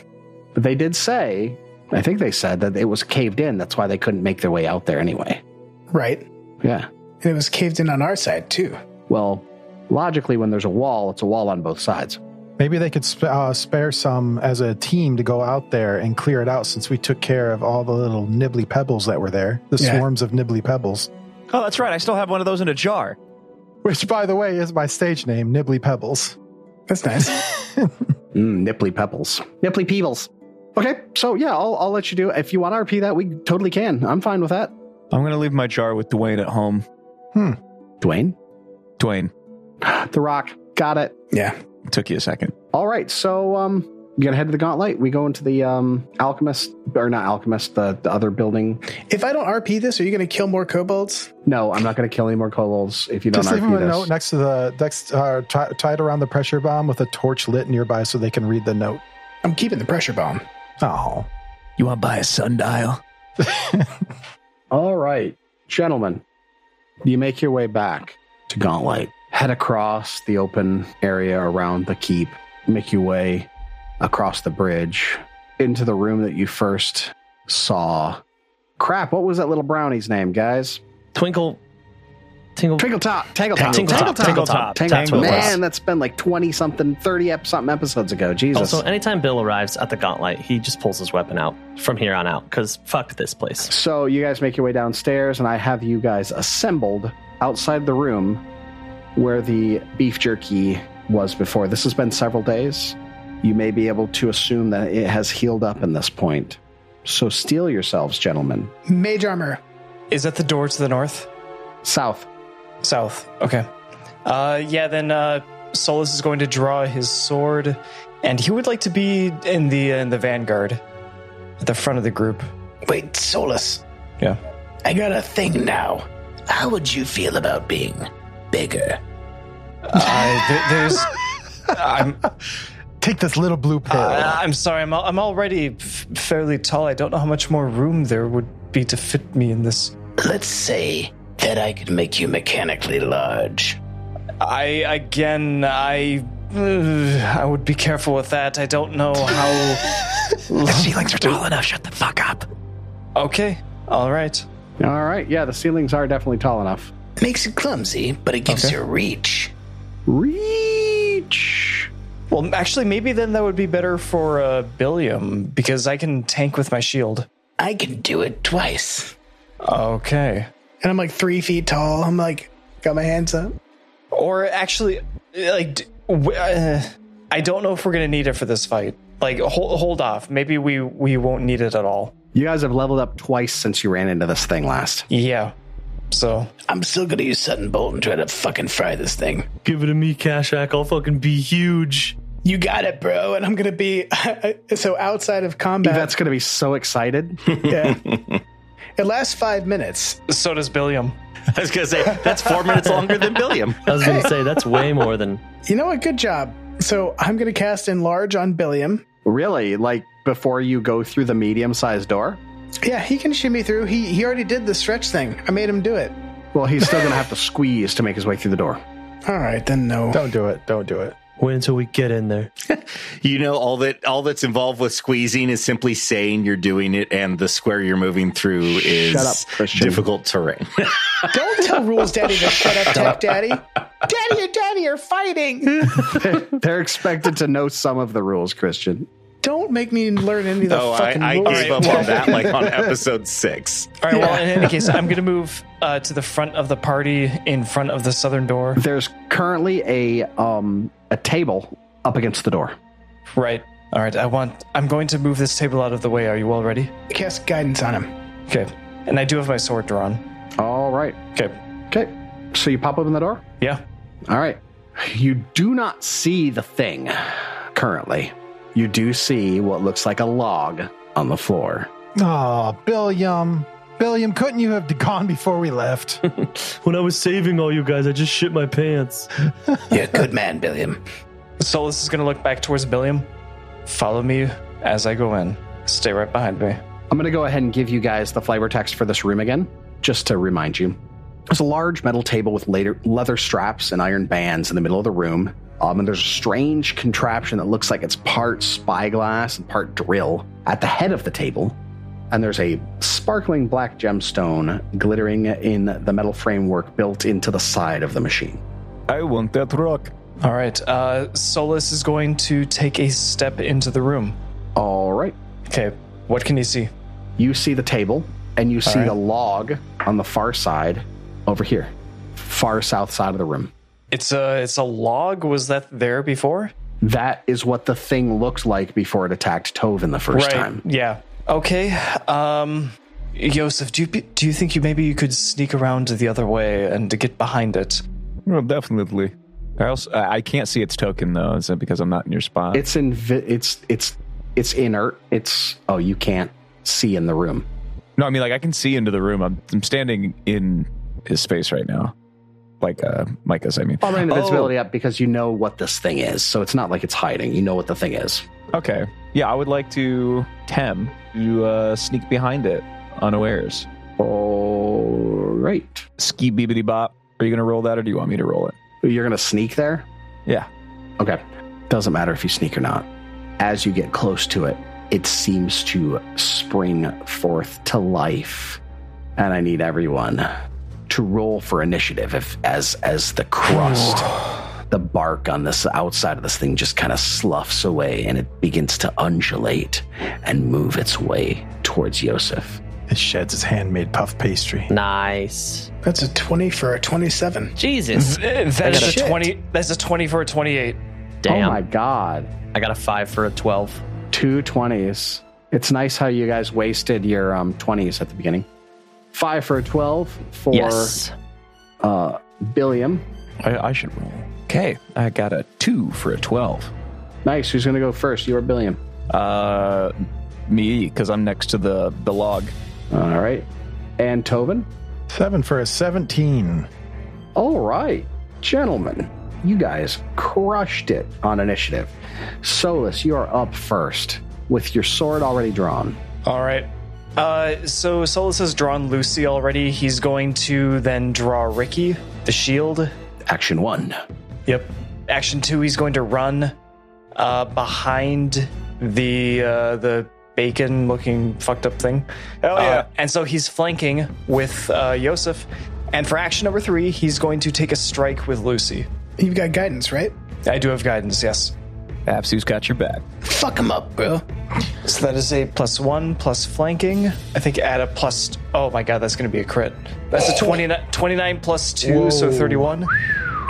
Speaker 2: But they did say. I think they said that it was caved in. That's why they couldn't make their way out there anyway.
Speaker 8: Right.
Speaker 2: Yeah.
Speaker 8: And it was caved in on our side too.
Speaker 2: Well, logically, when there's a wall, it's a wall on both sides.
Speaker 9: Maybe they could sp- uh, spare some as a team to go out there and clear it out since we took care of all the little nibbly pebbles that were there, the
Speaker 5: Yeah.
Speaker 9: swarms of nibbly pebbles.
Speaker 5: Oh, that's right. I still have one of those in a jar.
Speaker 9: Which, by the way, is my stage name, Nibbly Pebbles.
Speaker 8: That's nice.
Speaker 2: Mm, nipply pebbles. Nipply peebles. Okay, so yeah, I'll, I'll let you do. If you want to RP that, we totally can. I'm fine with that.
Speaker 5: I'm gonna leave my jar with Dwayne at home.
Speaker 9: Hmm.
Speaker 2: Dwayne?
Speaker 5: Dwayne.
Speaker 2: the Rock. Got it.
Speaker 8: Yeah.
Speaker 5: Took you a second.
Speaker 2: All right, so um, you gonna head to the Gauntlet. We go into the um, alchemist, or not alchemist, the, the other building.
Speaker 8: If I don't RP this, are you going to kill more kobolds?
Speaker 2: No, I'm not gonna kill any more kobolds if you don't
Speaker 9: Just leave them
Speaker 2: RP
Speaker 9: a
Speaker 2: this.
Speaker 9: note next to the next uh, ti- tied around the pressure bomb with a torch lit nearby so they can read the note.
Speaker 8: I'm keeping the pressure bomb.
Speaker 9: Oh,
Speaker 5: you want to buy a sundial?
Speaker 2: All right, gentlemen, you make your way back to Gauntlet. Head across the open area around the keep, make your way across the bridge into the room that you first saw. Crap, what was that little brownie's name, guys?
Speaker 3: Twinkle. Tingle,
Speaker 2: Twinkle Top. Tangle Top.
Speaker 3: Tingle Top, Tingle Top,
Speaker 2: Tangle
Speaker 3: Tangle
Speaker 2: Top.
Speaker 3: Top.
Speaker 2: Man, that's been like 20 something, 30 ep- something episodes ago. Jesus.
Speaker 3: Also, anytime Bill arrives at the gauntlet, he just pulls his weapon out from here on out because fuck this place.
Speaker 2: So you guys make your way downstairs, and I have you guys assembled outside the room where the beef jerky was before. This has been several days. You may be able to assume that it has healed up in this point. So steel yourselves, gentlemen.
Speaker 8: Mage armor.
Speaker 4: Is that the door to the north?
Speaker 2: South.
Speaker 4: South. Okay. Uh, yeah, then uh, Solus is going to draw his sword, and he would like to be in the uh, in the vanguard, at the front of the group.
Speaker 11: Wait, Solus.
Speaker 4: Yeah.
Speaker 11: I got a thing now. How would you feel about being bigger?
Speaker 4: Uh, there- there's. I'm,
Speaker 9: Take this little blue pill.
Speaker 4: Uh, I'm sorry. I'm al- I'm already f- fairly tall. I don't know how much more room there would be to fit me in this.
Speaker 11: Let's say that I could make you mechanically large.
Speaker 4: I again. I. uh, I would be careful with that. I don't know how. the ceilings are tall enough. Oh, Shut the fuck up. Okay. All right.
Speaker 2: All right. Yeah, the ceilings are definitely tall enough.
Speaker 11: Makes it clumsy, but it gives you reach.
Speaker 2: Reach.
Speaker 4: Well, actually, maybe then that would be better for uh, Billiam because I can tank with my shield.
Speaker 11: I can do it twice.
Speaker 4: Okay.
Speaker 8: And I'm like three feet tall. I'm like, got my hands up.
Speaker 4: Or actually, like, d- w- uh, I don't know if we're gonna need it for this fight. Like, hold, hold off. Maybe we we won't need it at all.
Speaker 2: You guys have leveled up twice since you ran into this thing last.
Speaker 4: Yeah. So
Speaker 11: I'm still gonna use Sutton Bolt and try to fucking fry this thing.
Speaker 3: Give it to me, Kashak. I'll fucking be huge.
Speaker 8: You got it, bro. And I'm going to be so outside of combat.
Speaker 2: Yvette's going to be so excited.
Speaker 8: yeah. It lasts five minutes.
Speaker 4: So does Billiam.
Speaker 5: I was gonna say that's four minutes longer than Billiam.
Speaker 3: I was gonna say that's way more than
Speaker 8: You know what? Good job. So I'm going to cast Enlarge on Billiam.
Speaker 2: Really? Like before you go through the medium sized door?
Speaker 8: Yeah, he can shimmy through. He he already did the stretch thing. I made him do it.
Speaker 2: Well, he's still going to have to squeeze to make his way through the door.
Speaker 8: All right, then no.
Speaker 9: Don't do it. Don't do it.
Speaker 3: wait until we get in there.
Speaker 6: You know, all that all that's involved with squeezing is simply saying you're doing it, and the square you're moving through is
Speaker 2: Shut up, Christian.
Speaker 6: difficult terrain.
Speaker 8: Don't tell Rules Daddy to shut up, Tech Daddy. Daddy and Daddy are fighting.
Speaker 2: They're expected to know some of the rules, Christian.
Speaker 8: Don't make me learn any of the
Speaker 6: oh,
Speaker 8: fucking
Speaker 6: I, I
Speaker 8: rules.
Speaker 6: gave up on that like on episode six.
Speaker 4: All right. Well, in any case, I'm gonna move uh, to the front of the party, in front of the southern door.
Speaker 2: There's currently a um a table up against the door.
Speaker 4: Right. All right. I want. I'm going to move this table out of the way. Are you all ready?
Speaker 8: Cast guidance on him.
Speaker 4: Okay. And I do have my sword drawn.
Speaker 2: All right.
Speaker 4: Okay.
Speaker 2: Okay. So you pop open the door?
Speaker 4: Yeah.
Speaker 2: All right. You do not see the thing currently. You do see what looks like a log on the floor.
Speaker 9: Oh, Billiam. Billiam, couldn't you have gone before we left?
Speaker 3: When I was saving all you guys, I just shit my pants.
Speaker 11: You're a good man, Billiam.
Speaker 4: Solus is going to look back towards Billiam. Follow me as I go in. Stay right behind me.
Speaker 2: I'm going to go ahead and give you guys the flavor text for this room again, just to remind you. There's a large metal table with later, leather straps and iron bands in the middle of the room. Um, and there's a strange contraption that looks like it's part spyglass and part drill at the head of the table. And there's a sparkling black gemstone glittering in the metal framework built into the side of the machine.
Speaker 5: I want that rock.
Speaker 4: All right. Uh, Solus is going to take a step into the room.
Speaker 2: All right.
Speaker 4: Okay. What can he see?
Speaker 2: You see the table, and you see
Speaker 4: right.
Speaker 2: the log on the far side over here, far south side of the room.
Speaker 4: It's a it's a log. Was that there before?
Speaker 2: That is what the thing looked like before it attacked Tovin the first
Speaker 4: right.
Speaker 2: time.
Speaker 4: Yeah. Okay. Um, Yosef, do you do you think you maybe you could sneak around the other way and to get behind it?
Speaker 5: Well, definitely. I also I I can't see its token though. Is it because I'm not in your spot?
Speaker 2: It's in. It's it's it's inert. It's oh, you can't see in the room.
Speaker 5: No, I mean like I can see into the room. I'm I'm standing in his space right now, like uh, Micah's. I mean,
Speaker 2: I'll bring the
Speaker 5: Oh,
Speaker 2: visibility up because you know what this thing is, so it's not like it's hiding. You know what the thing is.
Speaker 5: Okay. Yeah, I would like to Tem to uh, sneak behind it unawares.
Speaker 2: All right.
Speaker 5: Ski beebity bop. Are you going to roll that, or do you want me to roll it?
Speaker 2: You're going to sneak there.
Speaker 5: Yeah.
Speaker 2: Okay. Doesn't matter if you sneak or not. As you get close to it, it seems to spring forth to life. And I need everyone to roll for initiative if, as as the crust, the bark on this outside of this thing just kind of sloughs away and it begins to undulate and move its way towards Yosef.
Speaker 9: It sheds its handmade puff pastry.
Speaker 3: Nice.
Speaker 8: That's a 20 for a 27.
Speaker 3: Jesus.
Speaker 4: That is a twenty. That's a twenty for a twenty-eight.
Speaker 3: Damn.
Speaker 2: Oh my god.
Speaker 3: I got a five for a twelve.
Speaker 2: Two twenties. It's nice how you guys wasted your um twenties at the beginning. Five for a twelve for
Speaker 5: Yes.
Speaker 2: uh Billiam.
Speaker 5: I, I should roll. Okay, I got a two for a twelve.
Speaker 2: Nice. Who's going to go first? You or Billiam?
Speaker 5: Uh, me, because I'm next to the the log.
Speaker 2: All right. And Tobin?
Speaker 9: Seven for a 17.
Speaker 2: All right, gentlemen, you guys crushed it on initiative. Solus, you are up first with your sword already drawn.
Speaker 4: All right. Uh, so Solus has drawn Lucy already. He's going to then draw Ricky, the shield.
Speaker 2: Action one.
Speaker 4: Yep. Action two. He's going to run uh, behind the uh, the bacon-looking fucked up thing. Oh yeah. and so he's flanking with uh, Yosef. And for action number three, he's going to take a strike with Lucy.
Speaker 8: You've got guidance, right?
Speaker 4: I do have guidance. Yes.
Speaker 5: Apps, who's got your back?
Speaker 8: Fuck him up, bro.
Speaker 4: So that is a plus one plus flanking. I think add a plus. Oh my god, that's going to be a crit. That's a 29, 29 plus two, so
Speaker 2: Whoa.
Speaker 4: 31.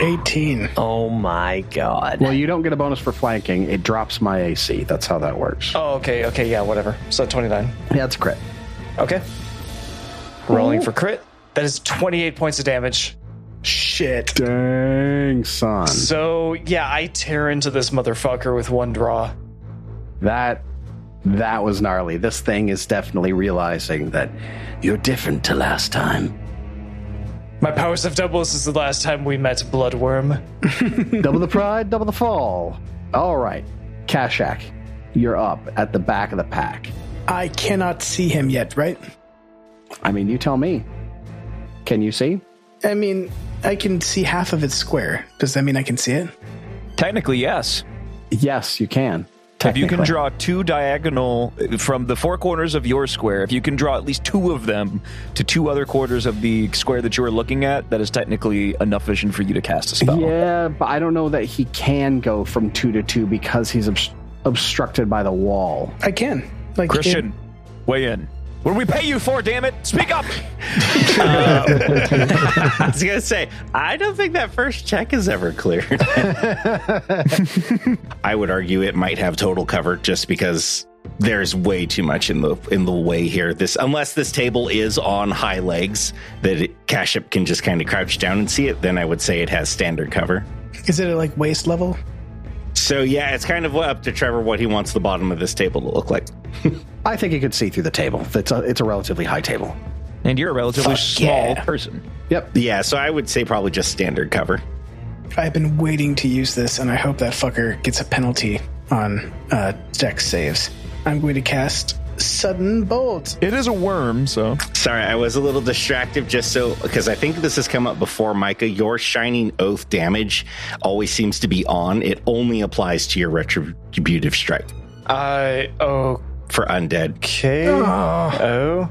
Speaker 8: 18.
Speaker 3: Oh my god.
Speaker 2: Well, you don't get a bonus for flanking. It drops my AC. That's how that works.
Speaker 4: Oh, okay, okay, yeah, whatever. So 29.
Speaker 2: Yeah, it's a crit.
Speaker 4: Okay. Rolling for crit. That is 28 points of damage.
Speaker 8: Shit.
Speaker 2: Dang, son.
Speaker 4: So, yeah, I tear into this motherfucker with one draw.
Speaker 2: That that was gnarly. This thing is definitely realizing that you're different to last time.
Speaker 4: My powers have doubled since the last time we met, Bloodworm.
Speaker 2: double the pride, double the fall. All right, Kashak, you're up at the back of the pack.
Speaker 8: I cannot see him yet, right?
Speaker 2: I mean, you tell me. Can you see?
Speaker 8: I mean, I can see half of its square. Does that mean I can see it?
Speaker 5: Technically, yes.
Speaker 2: Yes, you can.
Speaker 5: If you can
Speaker 2: Technically.
Speaker 5: draw two diagonal from the four corners of your square, if you can draw at least two of them to two other quarters of the square that you are looking at, that is technically enough vision for you to cast a spell.
Speaker 2: Yeah, but I don't know that he can go from two to two because he's obst- obstructed by the wall.
Speaker 8: I can. Like
Speaker 5: Christian,
Speaker 8: it-
Speaker 5: weigh in. What do we pay you for, damn it? Speak up! Uh,
Speaker 15: I was gonna say, I don't think that first check is ever cleared. I would argue it might have total cover just because there's way too much in the in the way here. This unless this table is on high legs that it, Kaship can just kind of crouch down and see it, then I would say it has standard cover.
Speaker 8: Is it at like waist level?
Speaker 15: So yeah, it's kind of up to Trevor what he wants the bottom of this table to look like.
Speaker 2: I think he could see through the table. It's a, it's a relatively high table.
Speaker 5: And you're a relatively small person.
Speaker 2: Yep.
Speaker 15: Yeah, so I would say probably just standard cover.
Speaker 8: I've been waiting to use this, and I hope that fucker gets a penalty on uh, deck saves. I'm going to cast Sudden Bolt.
Speaker 5: It is a worm, so.
Speaker 15: Sorry, I was a little distracted just so because I think this has come up before, Micah. Your shining oath damage always seems to be on. It only applies to your retributive strike
Speaker 5: uh,
Speaker 4: I. Oh.
Speaker 15: for undead.
Speaker 4: Okay.
Speaker 5: Ah.
Speaker 4: Oh.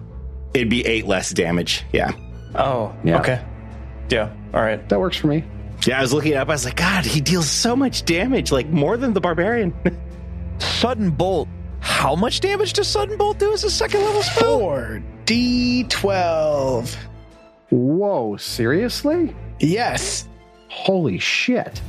Speaker 15: It'd be eight less damage. Yeah.
Speaker 4: Oh.
Speaker 2: Yeah.
Speaker 4: Okay. Yeah. All right.
Speaker 2: That works for me.
Speaker 15: Yeah, I was looking it up. I was like, God, he deals so much damage, like more than the barbarian.
Speaker 5: Sudden Bolt. How much damage does Sudden Bolt do as a second level spell?
Speaker 8: E 4d12.
Speaker 2: Whoa, seriously?
Speaker 8: Yes.
Speaker 2: Holy shit.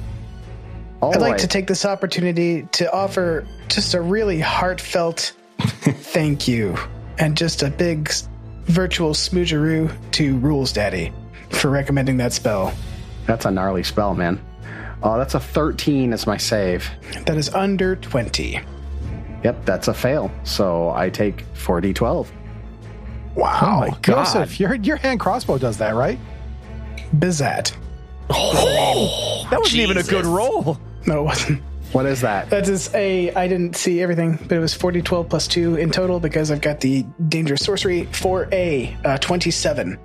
Speaker 8: I'd like to take this opportunity to offer just a really heartfelt thank you and just a big s- virtual smoocheroo to Rules Daddy for recommending that spell.
Speaker 2: That's a gnarly spell, man. Oh, that's a 13 as my save.
Speaker 8: That is under 20.
Speaker 2: Yep, that's a fail. So I take 4d12.
Speaker 9: Wow.
Speaker 2: Oh my God.
Speaker 9: Joseph, your, your hand crossbow does that, right?
Speaker 8: Bizat.
Speaker 5: Oh,
Speaker 9: that wasn't
Speaker 5: even a good roll.
Speaker 8: No, it wasn't.
Speaker 2: What is that?
Speaker 8: That is a. I didn't see everything, but it was 40, 12 plus 2 in total because I've got the dangerous sorcery 4A, uh, 27.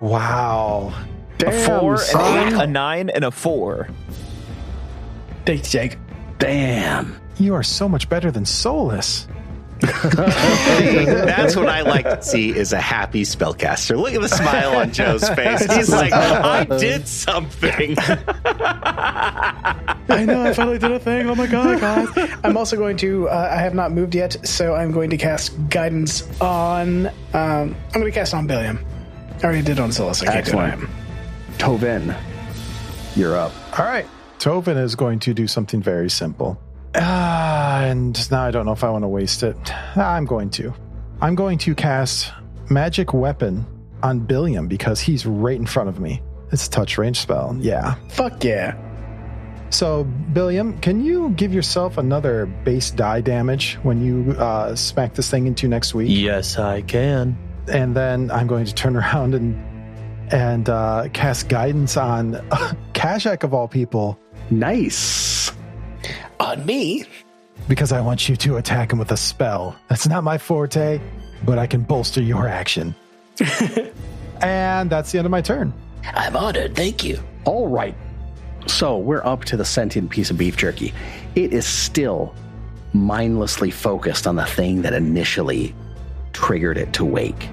Speaker 9: Wow.
Speaker 5: a
Speaker 8: Damn,
Speaker 5: four,
Speaker 8: son.
Speaker 5: an eight, a nine, and a four.
Speaker 8: Thanks, Jake.
Speaker 2: Damn.
Speaker 9: You are so much better than Solus.
Speaker 6: That's what I like to see is a happy spellcaster. Look at the smile on Joe's face. He's like, I did something.
Speaker 8: I know, I finally did a thing. Oh my god, guys. I'm also going to, uh, I have not moved yet, so I'm going to cast guidance on, um, I'm going to cast on Billiam. I already did on Solus. I can't do it on him.
Speaker 2: Excellent. Tovin, you're up.
Speaker 9: All right. Tovin is going to do something very simple. Ah, and now I don't know if I want to waste it. Ah, I'm going to. I'm going to cast Magic Weapon on Billiam because he's right in front of me. It's a touch range spell. Yeah.
Speaker 8: Fuck yeah.
Speaker 9: So, Billiam, can you give yourself another base die damage when you uh, smack this thing into next week?
Speaker 3: Yes, I can.
Speaker 9: and then I'm going to turn around and and uh, cast guidance on Kashak of all people.
Speaker 2: Nice.
Speaker 8: On me?
Speaker 9: Because I want you to attack him with a spell. That's not my forte, but I can bolster your action. and that's the end of my turn.
Speaker 11: I'm honored. Thank you.
Speaker 2: All right. So we're up to the sentient piece of beef jerky. It is still mindlessly focused on the thing that initially triggered it to wake.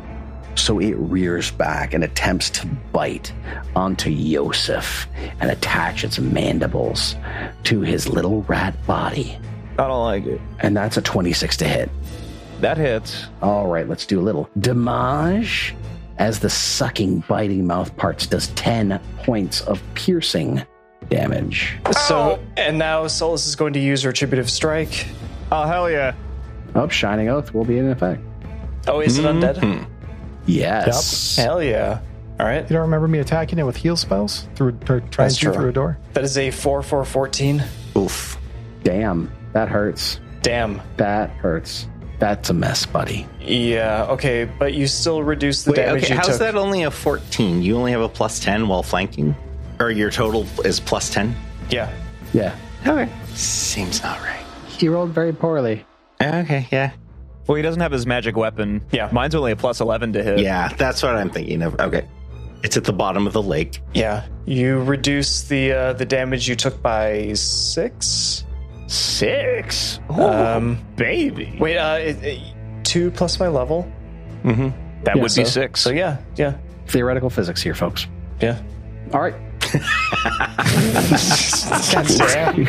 Speaker 2: So it rears back and attempts to bite onto Yosef and attach its mandibles to his little rat body.
Speaker 5: I don't like it.
Speaker 2: And that's a 26 to hit.
Speaker 5: That hits.
Speaker 2: All right, let's do a little damage. As the sucking, biting mouth parts does 10 points of piercing damage.
Speaker 4: So, and now Solus is going to use retributive strike.
Speaker 5: Oh, hell yeah.
Speaker 2: Up, Oh, Shining Oath will be in effect.
Speaker 4: Oh, is it
Speaker 2: Mm-hmm.
Speaker 4: undead?
Speaker 5: Mm-hmm.
Speaker 2: Yes.
Speaker 4: Hell yeah. All right.
Speaker 9: You don't remember me attacking it with heal spells through or trying
Speaker 4: That's
Speaker 9: to
Speaker 4: true.
Speaker 9: through a door?
Speaker 4: That is a 4 4 14.
Speaker 2: Oof. Damn. That hurts.
Speaker 4: Damn.
Speaker 2: That hurts. That's a mess, buddy.
Speaker 4: Yeah, okay, but you still reduce the
Speaker 6: Wait,
Speaker 4: damage
Speaker 6: okay,
Speaker 4: you
Speaker 6: how's
Speaker 4: took.
Speaker 6: that only a 14? You only have a plus 10 while flanking? Or your total is plus 10?
Speaker 4: Yeah.
Speaker 2: Yeah.
Speaker 6: Okay. Seems not right.
Speaker 2: He rolled very poorly.
Speaker 6: Okay, yeah.
Speaker 5: Well, he doesn't have his magic weapon.
Speaker 4: Yeah.
Speaker 5: Mine's only a plus 11 to hit.
Speaker 6: Yeah, that's what I'm thinking of. Okay. It's at the bottom of the lake.
Speaker 4: Yeah. You reduce the uh, the damage you took by 6.
Speaker 5: Six?
Speaker 4: Um
Speaker 5: baby.
Speaker 4: wait, uh it, it- 2 plus my level.
Speaker 5: Mm-hmm. That
Speaker 2: Yeah,
Speaker 5: would
Speaker 2: so-
Speaker 5: be six.
Speaker 4: So yeah, yeah.
Speaker 2: Theoretical physics here, folks.
Speaker 4: Yeah.
Speaker 2: All right.
Speaker 4: God damn.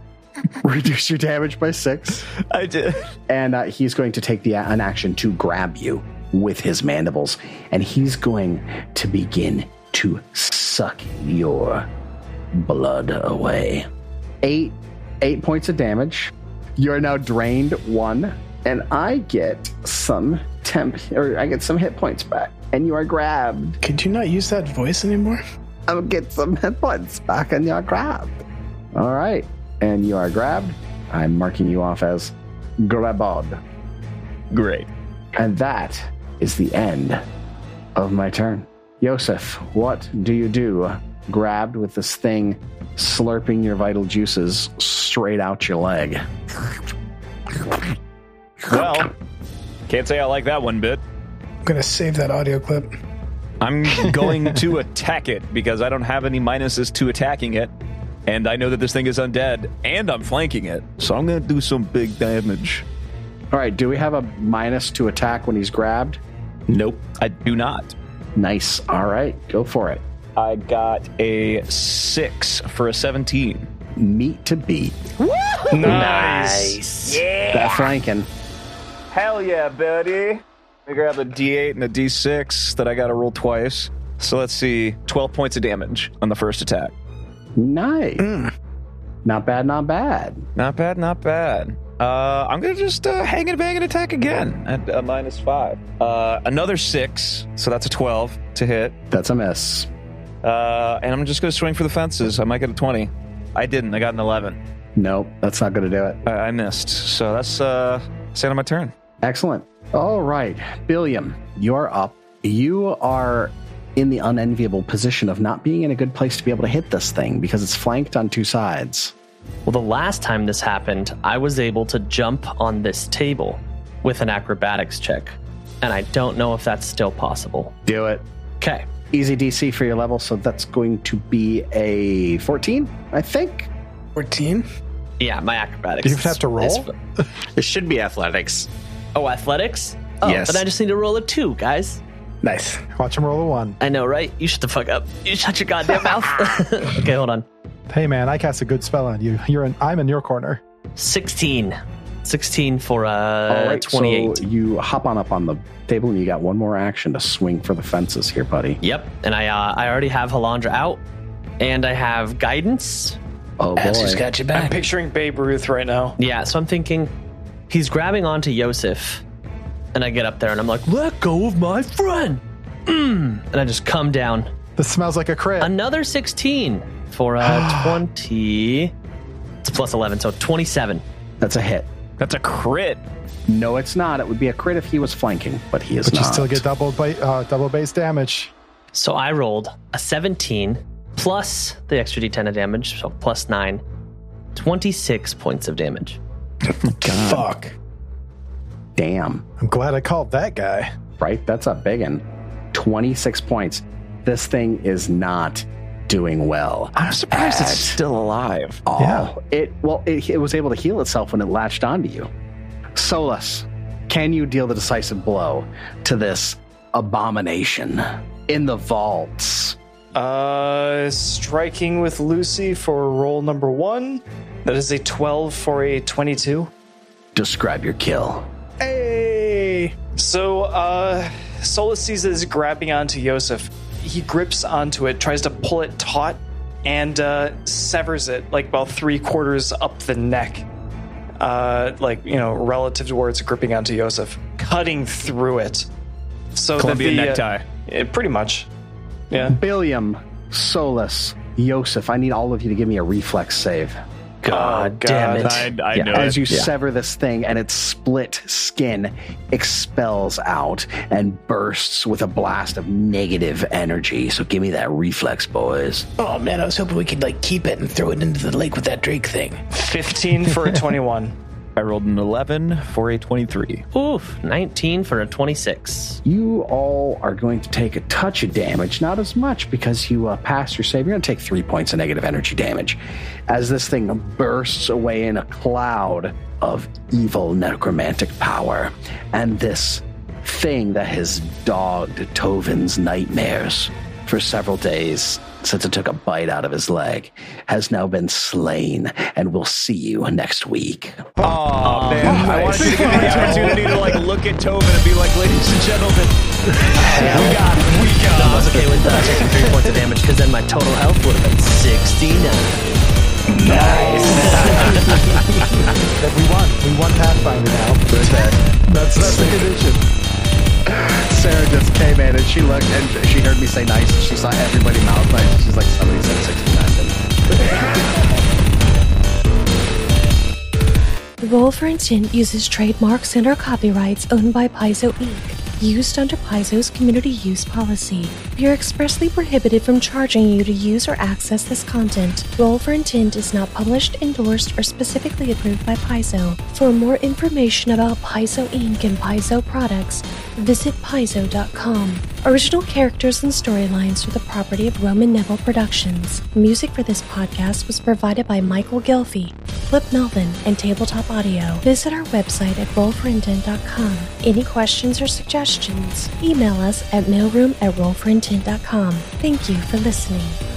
Speaker 2: Reduce your damage by six.
Speaker 5: I did.
Speaker 2: And uh, he's going to take the an action to grab you with his mandibles. And he's going to begin to suck your blood away. Eight, eight points of damage. You're now drained one, and I get some temp or I get some hit points back. And you are grabbed.
Speaker 8: Could you not use that voice anymore?
Speaker 2: I'll get some hit points back and you're grabbed. All right. And you are grabbed. I'm marking you off as grabbed.
Speaker 5: Great.
Speaker 2: And that is the end of my turn. Yosef, what do you do? Grabbed with this thing, slurping your vital juices straight out your leg.
Speaker 5: Well, can't say I like that one bit.
Speaker 8: I'm going to save that audio clip.
Speaker 5: I'm going to attack it because I don't have any minuses to attacking it. And I know that this thing is undead, and I'm flanking it. So I'm going to do some big damage.
Speaker 2: All right, do we have a minus to attack when he's grabbed?
Speaker 5: Nope, I do not.
Speaker 2: Nice. All right, go for it.
Speaker 5: I got a six for a 17.
Speaker 2: Meat to beat.
Speaker 4: Nice.
Speaker 2: That flanking.
Speaker 5: Hell yeah, buddy. I grab a D8 and a D6 that I got to roll twice. So let's see 12 points of damage on the first attack.
Speaker 2: Nice. Not bad, not bad.
Speaker 5: Not bad, not bad. Uh, I'm gonna just uh, hang and bang and attack again at uh, minus five. Uh, another six, so that's a twelve to hit.
Speaker 2: That's a miss.
Speaker 5: Uh, and I'm just gonna swing for the fences. I might get a twenty. I didn't. I got an eleven.
Speaker 2: Nope, that's not going to do it.
Speaker 5: I, I missed. So that's uh, that's the end of my turn.
Speaker 2: Excellent. All right, Billiam, you're up. You are in the unenviable position of not being in a good place to be able to hit this thing because it's flanked on two sides.
Speaker 3: Well, the last time this happened, I was able to jump on this table with an acrobatics check, and I don't know if that's still possible.
Speaker 2: Do it.
Speaker 3: Okay.
Speaker 2: Easy DC for your level, so that's going to be a 14, I think.
Speaker 8: 14?
Speaker 3: Yeah, my acrobatics.
Speaker 9: Do you have to roll?
Speaker 15: It should be athletics.
Speaker 3: Oh, athletics? Oh,
Speaker 15: Yes.
Speaker 3: then I just need to roll a two, guys.
Speaker 8: Nice.
Speaker 9: Watch him roll a one.
Speaker 3: I know, right? You shut the fuck up. You shut your goddamn mouth. okay, hold on.
Speaker 9: Hey man, I cast a good spell on you. You're in, I'm in your corner.
Speaker 3: 16. 16 for uh,
Speaker 2: All right,
Speaker 3: 28.
Speaker 2: So you hop on up on the table and you got one more action to swing for the fences here, buddy.
Speaker 3: Yep. And I uh, I already have Halandra out, and I have guidance.
Speaker 2: Oh,
Speaker 8: Abs's boy. got your back.
Speaker 4: I'm picturing Babe Ruth right now.
Speaker 3: Yeah, so I'm thinking he's grabbing onto Yosef, and I get up there and I'm like, let go of my friend. Mm. And I just come down.
Speaker 9: This smells like a crit.
Speaker 3: Another 16 for uh, 20. It's plus 11, so 27.
Speaker 2: That's a hit.
Speaker 5: That's a crit.
Speaker 2: No, it's not. It would be a crit if he was flanking, but he is
Speaker 9: But you
Speaker 2: not.
Speaker 9: still get double ba- uh, double base damage.
Speaker 3: So I rolled a 17 plus the extra d10 of damage, so plus 9, 26 points of damage.
Speaker 8: Fuck.
Speaker 2: Oh Damn.
Speaker 9: I'm glad I called that guy.
Speaker 2: Right? That's a big one. 26 points. This thing is not doing well.
Speaker 5: I'm surprised it's
Speaker 2: At
Speaker 5: still alive.
Speaker 2: all.
Speaker 9: Yeah.
Speaker 2: It well, it, it was able to heal itself when it latched onto you. Solus, can you deal the decisive blow to this abomination in the vaults?
Speaker 4: Uh, striking with Lucy for roll number one. That is a 12 for a 22.
Speaker 2: Describe your kill.
Speaker 4: Hey! So, uh, Solus sees this grabbing onto Yosef. He grips onto it, tries to pull it taut, and uh, severs it like about three quarters up the neck. Uh, like, you know, relative to where it's gripping onto Yosef, cutting through it. So that
Speaker 5: Colombian
Speaker 4: the, uh,
Speaker 5: necktie.
Speaker 4: eh, pretty much. Yeah.
Speaker 2: Billiam, Solus, Yosef, I need all of you to give me a reflex save.
Speaker 3: God, damn it.
Speaker 5: Oh, I, I know
Speaker 2: As you
Speaker 5: it.
Speaker 2: sever this thing and its split skin expels out and bursts with a blast of negative energy. So give me that reflex, boys.
Speaker 8: Oh man, I was hoping we could like keep it and throw it into the lake with that Drake thing.
Speaker 4: 15 for a 21.
Speaker 5: I rolled an 11 for a 23.
Speaker 3: Oof, 19 for a 26.
Speaker 2: You all are going to take a touch of damage, not as much because you uh, passed your save. You're going to take three points of negative energy damage as this thing bursts away in a cloud of evil necromantic power. And this thing that has dogged Tovin's nightmares for several days since it took a bite out of his leg has now been slain and will see you next week.
Speaker 5: Oh, man. I wanted you to give me the opportunity to like look at Tobin and be like, ladies and gentlemen, we got it. We
Speaker 3: No, I
Speaker 5: got
Speaker 3: was
Speaker 5: it.
Speaker 3: okay with that. taking three points of damage because then my total health would have been 69.
Speaker 9: That we won. We won Pathfinder now. that's that's the condition.
Speaker 2: Sarah just came in and she looked and she heard me say nice. And she saw everybody mouth nice. She's like, somebody said 69.
Speaker 16: Roll for Intent uses trademarks and or copyrights owned by Paizo Inc., used under Paizo's community use policy. We are expressly prohibited from charging you to use or access this content. Roll for Intent is not published, endorsed, or specifically approved by Paizo. For more information about Paizo Inc. and Paizo products, visit paizo.com. Original characters and storylines are the property of Roman Neville Productions. Music for this podcast was provided by Michael Gilfie, Flip Melvin, and Tabletop Audio. Visit our website at rollforintent.com. Any questions or suggestions, email us at mailroom at rollforintent.com. Thank you for listening.